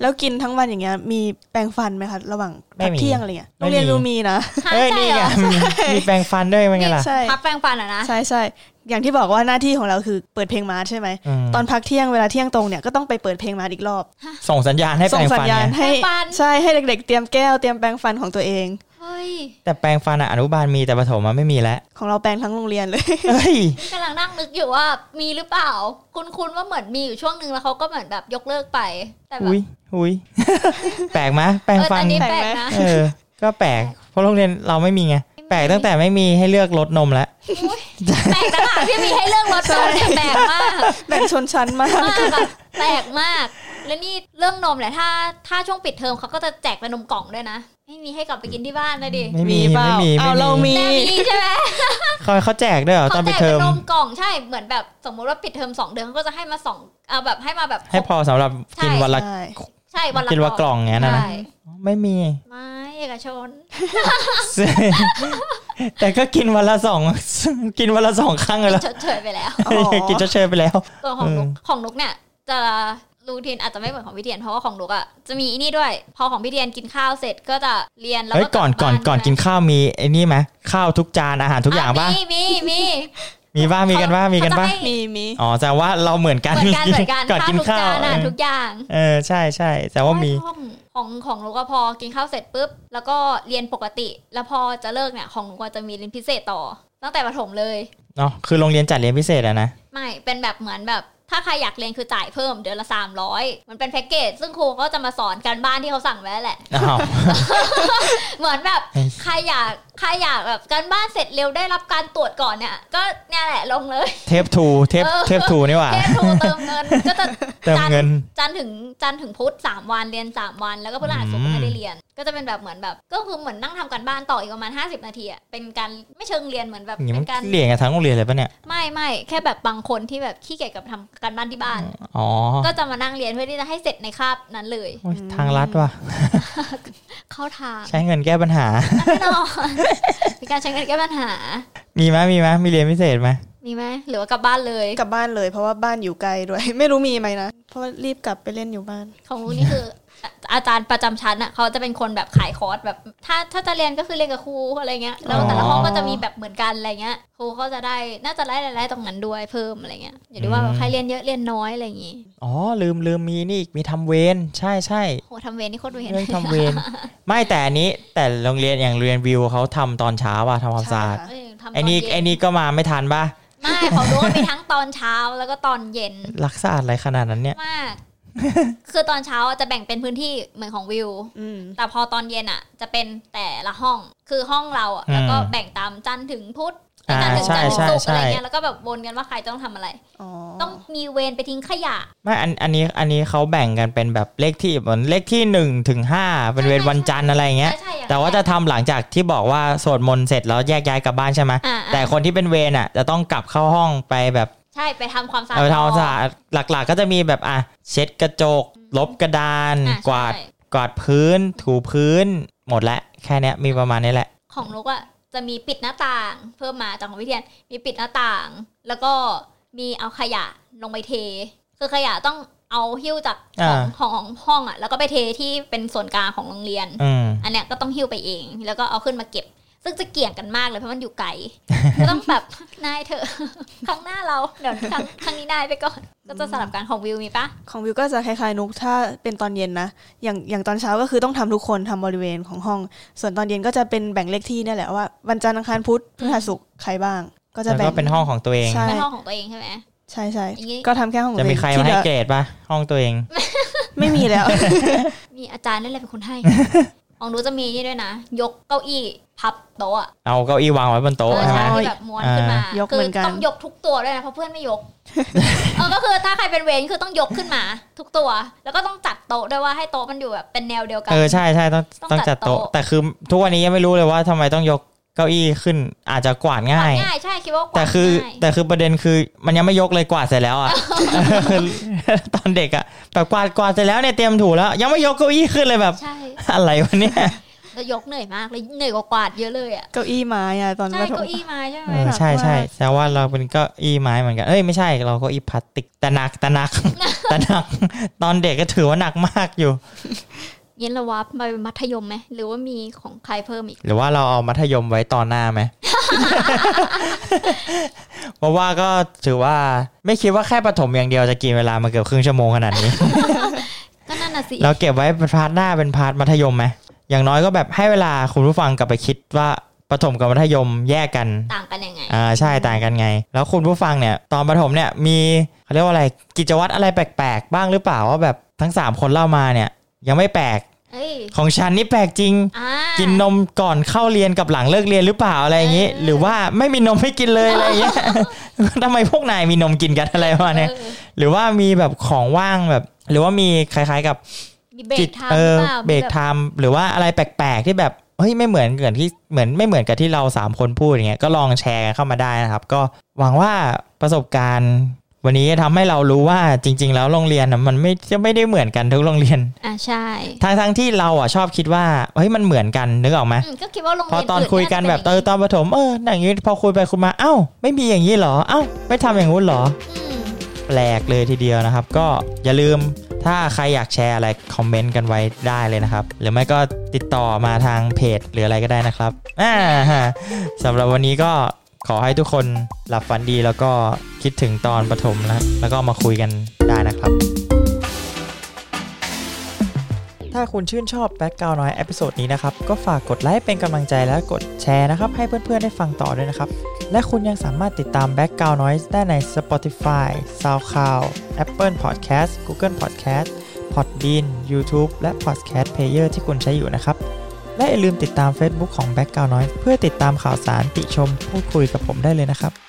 [SPEAKER 4] แล้วกินทั้งวันอย่างเงี้ยมีแปรงฟันไหมคะระหว่าง
[SPEAKER 2] ไม่
[SPEAKER 4] พัก
[SPEAKER 2] มี
[SPEAKER 4] เที่ยงอะไรเงี้ย
[SPEAKER 2] ไม่มี
[SPEAKER 4] โรงเรียนรูมีนะ
[SPEAKER 3] หา
[SPEAKER 2] เอ้ย
[SPEAKER 3] ใช่
[SPEAKER 2] นี่
[SPEAKER 3] เห
[SPEAKER 2] ไง
[SPEAKER 3] รอ
[SPEAKER 2] มีมีแปรงฟันด้วยมั้งไงล่ะ
[SPEAKER 4] ใช่
[SPEAKER 3] พักแปรงฟันอ่ะนะ
[SPEAKER 4] ใช่ใช่อย่างที่บอกว่าหน้าที่ของเราคือเปิดเพลงมาร์ชใช่ไหม
[SPEAKER 2] ม
[SPEAKER 4] ตอนพักเที่ยงเวลาเที่ยงตรงเนี่ยก็ต้องไปเปิดเพลงมาร์ชอีกรอบ
[SPEAKER 2] ส่งสัญญาณให้แป
[SPEAKER 4] ส่
[SPEAKER 2] รง ง
[SPEAKER 4] สัญ
[SPEAKER 2] ฟัน
[SPEAKER 4] ญาณ
[SPEAKER 2] ไง
[SPEAKER 3] แปร
[SPEAKER 4] ให้
[SPEAKER 3] งฟัน
[SPEAKER 4] ใช่ให้เด็กๆ เตรียมแก้วเตรียมแปรงฟันของตัวเอง
[SPEAKER 3] เฮ้ย
[SPEAKER 2] แต่แปรงฟันอะอนุบาลมีแต่ประถมมันไม่มีแล้ว
[SPEAKER 4] ของเราแปรงทั้งโรงเรียนเลย
[SPEAKER 2] เฮ้ย
[SPEAKER 3] กำลังนั่งนึกอยู่ว่ามีหรือเปล่า คุณคุณว่าเหมือนมีอยู่ช่วงหนึ่งแล้วเขาก็เหมือนแบบยกเลิกไป แต่แบบ
[SPEAKER 2] อุ้ยอุ้ย แปลกมะแปร
[SPEAKER 3] เอง อ
[SPEAKER 2] ฟั
[SPEAKER 3] แต่
[SPEAKER 2] น
[SPEAKER 3] อันนี้แปลก
[SPEAKER 4] แปลกไหม
[SPEAKER 3] นะ
[SPEAKER 2] เออ ก็แปลกเพราะโรงเรียนเราไม่มีไงแปลกตั้งแต่ไม่มีให้เลือกรสนมแล้ว
[SPEAKER 3] แปลกนะค่ะที่มีให้เรื่องรถตู้เนี่ยแปลกมาก
[SPEAKER 4] แบ่งชนชั้นมาก
[SPEAKER 3] มากแบบแปลกมาก และนี่เรื่องนมแหละถ้าถ้าช่วงปิดเทอมเขาก็จะแจกเป็นนมกล่องด้วยนะ ไม่มีให้กลับไปกินที่บ้านนะดิ
[SPEAKER 2] ไม่
[SPEAKER 4] มี
[SPEAKER 2] มี
[SPEAKER 4] เ
[SPEAKER 2] ไม่
[SPEAKER 4] ปล่า
[SPEAKER 2] มี
[SPEAKER 4] เอาเรามี
[SPEAKER 3] แน่มีใช่ไหม
[SPEAKER 2] เขาเขาแจกด้วยเหรอตอ
[SPEAKER 3] เขา
[SPEAKER 2] น
[SPEAKER 3] แจ
[SPEAKER 2] ปิด
[SPEAKER 3] ก
[SPEAKER 2] เท
[SPEAKER 3] เป็
[SPEAKER 2] อน ม
[SPEAKER 3] นมกล่องใช่เหมือนแบบสมมุติว่าปิดเทอมสองเดือนเขาก็จะให้มาสองเอาแบบให้มาแบบ
[SPEAKER 2] ให้พอสำหรับกินวันละ
[SPEAKER 4] ใช่
[SPEAKER 3] ใช่วันละ
[SPEAKER 2] กินวันละกล่องอย่างนั้นนะนะ
[SPEAKER 3] ใช่
[SPEAKER 2] ไม่มี
[SPEAKER 3] ไม่เอกชน
[SPEAKER 2] แต่ก็กินวันละสอง กินวันละสองครั้งเลยแล้ว
[SPEAKER 3] ชดเชยไปแล้ว
[SPEAKER 4] อ๋อ
[SPEAKER 2] กินจะเชยไปแล้ว
[SPEAKER 3] ตัวของนุก
[SPEAKER 2] อืม
[SPEAKER 3] ของนุกเนี่ย จะรูทีนอาจจะไม่เหมือนของพี่เทียนเพราะว่าของนุกอ่ะจะมีไอนี่ด้วย พอของพี่เทียนกินข้าวเสร็จก็จะเรียนแล้ว
[SPEAKER 2] เฮ้ย
[SPEAKER 3] ก็
[SPEAKER 2] ก่อนก่อนก่อนกินข้าวมีไอ้นี่ไหมข้าวทุกจานอาหารทุกอย่างป่ะ
[SPEAKER 3] มีมีมี
[SPEAKER 2] มีป่ะมีกันป่ะมีกันป่ะ
[SPEAKER 3] เขจะให้
[SPEAKER 4] มีมี
[SPEAKER 2] อ๋อแต่ว่าเราเหมือนกัน
[SPEAKER 3] เหมือนกันเหมือนกัน
[SPEAKER 2] ก่อนกินข้าว
[SPEAKER 3] ทุกจานอ่ะทุกอย่าง
[SPEAKER 2] เออใช่ใช่แต่ว่ามี
[SPEAKER 3] ห้องของของหนูก็พอกินข้าวเสร็จปุ๊บ แล้วก็เรียนปกติ แล้วพอจะเลิกเนี่ยของหนูก็จะมีเรียนพิเศษต่อ ตั้งแต่ประถมเลย
[SPEAKER 2] เนาะคือโรงเรียนจัดเรียนพิเศษอะนะ
[SPEAKER 3] ไม่เป็นแบบเหมือนแบบ ถ้าใครอยากเรียนคือจ่ายเพิ่มเดือนละ300มันเป็นแพ็กเกจซึ่งครูก็จะมาสอนการบ้านที่เขาสั่งไว้แหละ
[SPEAKER 2] อ้าว
[SPEAKER 3] เหมือนแบบ
[SPEAKER 2] เฮ้ย
[SPEAKER 3] ใครอยากใครอยากแบบการบ้านเสร็จเร็วได้รับการตรวจก่อนเนี่ย ก็เนี่ยแหละลงเลย
[SPEAKER 2] เทปทูเทป
[SPEAKER 3] เออ
[SPEAKER 2] เทปทูนี่หว่า
[SPEAKER 3] เทปทูเติมเงินก็จะ
[SPEAKER 2] เติม
[SPEAKER 3] จันทร์
[SPEAKER 2] เงิน
[SPEAKER 3] จันทร์ถึงจันทร์ถึงพุธสามวันเรียนสามวัน แล้วก็พฤหัสศุกร์ก็ไม่ได้เรียน ก็จะเป็นแบบเหมือนแบบ ก็คือเหมือนนั่งทำกันบ้านต่ออีกประมาณ 50 นาทีอะเป็นการไม่เชิงเรียนเหมือนแบบ
[SPEAKER 2] อย่างนี้
[SPEAKER 3] เป็
[SPEAKER 2] มัน
[SPEAKER 3] นการ
[SPEAKER 2] เลี่ยงกันทั้งโรงเรียนเลยปะเนี่ย
[SPEAKER 3] ไม่ไม่แค่แบบบางคนที่แบบขี้เกียจกับทำการบ้านที่บ้าน
[SPEAKER 2] อ๋อ
[SPEAKER 3] ก็จะมานั่งเรียนเพื่อที่จะให้เสร็จในคาบนั้นเลย
[SPEAKER 2] โอ๊ยทางรัฐว่ะ
[SPEAKER 3] เข้าทาง
[SPEAKER 2] ใช้เงินแก้ปัญหา
[SPEAKER 3] แน่นอนเป็นการใช้เงินแก้ปัญหา
[SPEAKER 2] มีไหมมีไหมมีเรียนพิเศษไหม
[SPEAKER 3] มีไหมหรือว่ากลับบ้านเลย
[SPEAKER 4] กลับบ้านเลย เพราะว่าบ้านอยู่ไกลด้วย ไม่รู้มีไหมนะเพราะว่ารีบกลับไปเล่นอยู่บ้าน
[SPEAKER 3] ของรู้นี่คืออ่ะอาจารย์ประจำชั้นอ่ะเขาจะเป็นคนแบบขายคอร์สแบบ ถ้าถ้าจะเรียนก็คือเรียนกับครูอะไรเงี้ยแล้วแต่ละห้องก็จะมีแบบเหมือนกันอะไรเงี้ยครูก็จะได้น่าจะได้รายได้ตรงนั้นด้วยเพิ่มอะไรเงี้ยอย่าดูว่าแบบใครเรียนเยอะเรียนน้อยอะไรอย่างงี้
[SPEAKER 2] อ๋อลืมลืมมีนี่อีกมีทำเวรใช่ใช่
[SPEAKER 3] โหทำเวรนี่โคตรเวร
[SPEAKER 2] เรื่องทำเวร ไม่แต่อันนี้แต่โรงเรียนอย่างเรียนวิวเขาทำตอนเช้าว่ะทำความสะอาด
[SPEAKER 4] ใช่
[SPEAKER 3] เอ้ยทำตอ
[SPEAKER 2] ไอ้
[SPEAKER 3] น
[SPEAKER 2] นี่
[SPEAKER 3] เย็
[SPEAKER 2] ไอ้
[SPEAKER 3] น
[SPEAKER 2] นี่ก็มาไม่ทันป่ะ
[SPEAKER 3] ไม่ของรู้ว่ามีทั้งตอนเช้าแล้วก็ตอนเย็น
[SPEAKER 2] รักสะอาดอะไรขนาดนั้นเนี่ย
[SPEAKER 3] มาก คือตอนเช้าอ่ะจะแบ่งเป็นพื้นที่เหมือนของวิว
[SPEAKER 4] อืม
[SPEAKER 3] แต่พอตอนเย็นอ่ะ จะเป็นแต่ละห้องคือห้องเราอ่ะแล้วก็แบ่งตามจันทร์ถึงพุธ
[SPEAKER 2] อ่า
[SPEAKER 3] จันทร์ถึง
[SPEAKER 2] ใช่
[SPEAKER 3] จันทร์ถึง
[SPEAKER 2] ใช่
[SPEAKER 3] ศุกร์อะไร
[SPEAKER 2] ใช่
[SPEAKER 3] เงี้ยแล้วก็แบบวนกันว่าใครต้องทำอะไร
[SPEAKER 4] อ๋อ
[SPEAKER 3] ต้องมีเวรไปทิ้งขยะ
[SPEAKER 2] ไม่อันอันนี้อันนี้เขาแบ่งกันเป็นแบบเลขที่เหมือนเลขที่หนึ่งถึงห้าเป็นเวร
[SPEAKER 3] ใช่
[SPEAKER 2] วันจันทร์อะไรอย่างเงี้ย
[SPEAKER 3] ใช่อย่งนั้น
[SPEAKER 2] แต่ว่าจะทำหลังจากที่บอกว่าสวดมนต์เสร็จแล้วแยกย้ายกลับบ้านใช่ไหม
[SPEAKER 3] อ่า
[SPEAKER 2] แต่คนที่เป็นเวรอ่ะจะต้องกลับเข้าห้องไปแบบ
[SPEAKER 3] ใช่ไปทำความสะอาด
[SPEAKER 2] เอาไปทำความ
[SPEAKER 3] ก่อน
[SPEAKER 2] สะอาดหลักๆ ก็จะมีแบบอ่ะเช็ดกระจก ลบกระดาน
[SPEAKER 3] อ่ะ
[SPEAKER 2] กวาด
[SPEAKER 3] ใช่
[SPEAKER 2] กวาดพื้น ถูพื้น หมดละแค่เนี้ยมีประมาณนี้แหละ
[SPEAKER 3] ของลูกอ่ะจะมีปิดหน้าต่างเพิ่มมาจากของวิเทียนมีปิดหน้าต่าง แล้วก็มีเอาขยะลงไปเท คือขยะต้องเอาหิ้วจากของ
[SPEAKER 2] อ่า
[SPEAKER 3] ของของห้องอ่ะแล้วก็ไปเทที่เป็นส่วนกลางของโรงเรียน
[SPEAKER 2] อืม
[SPEAKER 3] อันเนี้ยก็ต้องหิ้วไปเอง แล้วก็เอาขึ้นมาเก็บ ซึ่งจะเกี่ยงกันมากเลยเพราะมันอยู่ไกล ก็ต้องแบบ นายเถอะ ครั้งหน้าเราเดี๋ยวครั้งครั้งนี้นายไปก่อนก็จะสลับกันของวิวมีปะ
[SPEAKER 4] ของวิวก็จะคล้ายๆนุกถ้าเป็นตอนเย็นนะอย่างอย่างตอนเช้าก็คือต้องทำทุกคนทำบริเวณของห้อง ส่วนตอนเย็นก็จะเป็นแบ่งเลขที่เนี่ยแหละว่าวันจันทร์อังคารพุธพฤหัสศุกร์ใครบ้าง ก็จะ
[SPEAKER 2] แล้ว
[SPEAKER 4] แบ่ง
[SPEAKER 2] ก็เป็นห้องของตัวเอง
[SPEAKER 4] ใช่
[SPEAKER 3] เป็นห้องของตัวเองใช่ไหม
[SPEAKER 4] ใช่ใช่
[SPEAKER 3] อย่างงี้
[SPEAKER 4] ก็ทำแค่ห้องของ
[SPEAKER 2] จะ
[SPEAKER 4] ตัวเอ
[SPEAKER 2] มี
[SPEAKER 4] ง
[SPEAKER 2] ใคร
[SPEAKER 4] ที่
[SPEAKER 2] มาให้
[SPEAKER 4] เหลือ
[SPEAKER 2] เกรดปะห้องตัวเอง
[SPEAKER 4] ไม่มีแล้ว
[SPEAKER 3] มีอาจารย์นั่นแหละเป็นคนให้ ของรู้จะมีนี่ด้วยนะ ยกเก้าอี้พับโต๊ะอะ
[SPEAKER 2] เอาเก้าอี้วางไว้บนโต๊ะ
[SPEAKER 3] เออ
[SPEAKER 2] ใช่ไหม
[SPEAKER 3] ที่แบบม้วนขึ้นมา
[SPEAKER 4] อ่ายก
[SPEAKER 3] คื
[SPEAKER 4] เหมือนกัน
[SPEAKER 3] ต้องยกทุกตัวด้วยนะเพราะเพื่อนไม่ยก เออก็คือถ้าใครเป็นเวรคือต้องยกขึ้นมา ทุกตัว แล้วก็ต้องจัดโต๊ะด้วยว่าให้โต๊ะมันอยู่แบบเป็นแนวเดียวกัน
[SPEAKER 2] เออใช่ใช่ต้อง
[SPEAKER 3] ต้
[SPEAKER 2] ต้
[SPEAKER 3] อ
[SPEAKER 2] อง ง
[SPEAKER 3] จั
[SPEAKER 2] จั
[SPEAKER 3] ด
[SPEAKER 2] ด
[SPEAKER 3] โต๊ะ
[SPEAKER 2] โต๊ะ แต่คือทุกวันนี้ยังไม่รู้เลยว่าทำไมต้องยกเก้าอี้ขึ้นอาจจะกวาดง่าว
[SPEAKER 3] กาด
[SPEAKER 2] ย
[SPEAKER 3] ง่ายใช่คิดว่ากวาด
[SPEAKER 2] แต่คือ
[SPEAKER 3] ง่าย
[SPEAKER 2] แต่คือประเด็นคือมันยังไม่ยกเลยกวาดเสร็จแล้วอ่ะ ตอนเด็กอ่ะแบบกวาดกวาดเสร็จแล้วเนี่ยเตรียมถูแล้ว ยังไม่ยกเก้าอี้ขึ้นเลยแบบ
[SPEAKER 3] ใช่
[SPEAKER 2] อะไรวะเนี่ย
[SPEAKER 3] แล้วยกเหนื่อยมากเลยเหนื่อยกว่ากวาดเยอะเลยอ่ะ
[SPEAKER 4] เก้าอี้ไม้อะตอน
[SPEAKER 3] ใช่
[SPEAKER 4] ประถม
[SPEAKER 3] เก้าอี้ไม้ใช่ไหม
[SPEAKER 2] เออใช่
[SPEAKER 4] หนักมาก
[SPEAKER 2] ใช่แต่ว่าเราเป็นเก็อีไม้เหมือนกัน เอ้ยไม่ใช่เราเก็อีพลาสติกแต่หนักแต่หนัก แต่หนัก ตอนเด็กก็ถือว่าหนักมากอยู่
[SPEAKER 3] เย็นละวับไปมัธยมไหมหรือว่ามีของใครเพิ่มอีก
[SPEAKER 2] หรือว่าเราเอามัธยมไว้ตอนหน้าไหม เพราะว่าก็ถือว่าไม่คิดว่าแค่ประถมอย่างเดียวจะกินเวลามาเกือบครึ่งชั่วโมงขนาดนี้
[SPEAKER 3] ก็นั่นน่ะสิ
[SPEAKER 2] เราเก็บไว้เป็นพาร์ทหน้าเป็นพาร์ทมัธยมไหมอย่างน้อยก็แบบให้เวลาคุณผู้ฟังกลับไปคิดว่าประถมกับมัธยมแยกกัน
[SPEAKER 3] ต่างกันยังไง
[SPEAKER 2] อ่าใช่ต่างกันไง แล้วคุณผู้ฟังเนี่ยตอนประถมเนี่ยมีเขาเรียกว่าอะไรกิจวัตรอะไรแปลกๆ บ้างหรือเปล่าว่าแบบทั้ง 3 คนเล่ามาเนี่ย ยังไม่แปลก
[SPEAKER 3] เอ้ย
[SPEAKER 2] ของฉันนี่แปลกจริง
[SPEAKER 3] อ่า
[SPEAKER 2] กินนมก่อนเข้าเรียนกับหลังเลิกเรียนหรือเปล่าอะไรอย่างนี้
[SPEAKER 3] เออ
[SPEAKER 2] หรือว่าไม่มีนมให้กินเลยอะไรอย่างเงี้ ย ทำไมพวกนายมีนมกินกันอะไรประมาณเนี้ย
[SPEAKER 3] เออ
[SPEAKER 2] หรือว่ามีแบบของว่างแบบ หรือว่ามีคล้ายๆกับ
[SPEAKER 3] มีเบร
[SPEAKER 2] จิ
[SPEAKER 3] ก
[SPEAKER 2] ต
[SPEAKER 3] ทาม
[SPEAKER 2] เออ
[SPEAKER 3] หรือเปล่า
[SPEAKER 2] เบรก
[SPEAKER 3] มีแ
[SPEAKER 2] ไทม์หรือว่าอะไรแปลกๆที่แบบเฮ้ยไม่เหมือนกันที่เหมือนไม่เหมือนกับที่เราสามคนพูดอย่างเงี้ยก็ลองแชร์กันเข้ามาได้นะครับ ก็หวังว่าประสบการณ์ วันนี้จะทำให้เรารู้ว่าจริง ๆ แล้วโรงเรียนน่ะมันไม่จะไม่ได้เหมือนกันทุกโรงเรียน
[SPEAKER 3] อ่าใช่
[SPEAKER 2] ทั้งทั้งๆที่เราอ่ะชอบคิดว่าเฮ้ยมันเหมือนกันนึกออกไหม
[SPEAKER 3] อืมก็คิดว่าโรง
[SPEAKER 2] พอ
[SPEAKER 3] เรียน
[SPEAKER 2] ตอน
[SPEAKER 3] น
[SPEAKER 2] คุยกันแบบเอ
[SPEAKER 3] น่า
[SPEAKER 2] อ
[SPEAKER 3] จะ
[SPEAKER 2] ตอนประถมเอออย่างงี้พอคุยไปคุยมาเอ้า ไม่มีอย่างนี้เหรอเอ้าไม่ทำอย่างงู้นเหรอ
[SPEAKER 3] เป็นอย่างนี้อืม
[SPEAKER 2] แปลกเลยทีเดียวนะครับ ก็อย่าลืมถ้าใครอยากแชร์อะไร คอมเมนต์กันไว้ได้เลยนะครับ หรือไม่ก็ติดต่อมาทางเพจหรืออะไรก็ได้นะครับอ่าฮะสำหรับวันนี้ก็ขอให้ทุกคนหลับฝันดีแล้วก็คิดถึงตอนประถมแล้วแล้วก็มาคุยกันได้นะครับ ถ้าคุณชื่นชอบแบ็กกราวน้อยเอพิโซดนี้นะครับ ก็ฝากกดไลค์เป็นกำลังใจและกดแชร์นะครับ ให้เพื่อนๆได้ฟังต่อด้วยนะครับ และคุณยังสามารถติดตาม Background Noise ได้ใน Spotify, SoundCloud, Apple Podcast, Google Podcast, Podbean, YouTube และ Podcast Player ที่คุณใช้อยู่นะครับ และอย่าลืมติดตาม Facebook ของ Background Noise เพื่อติดตามข่าวสารติชมพูดคุยกับผมได้เลยนะครับ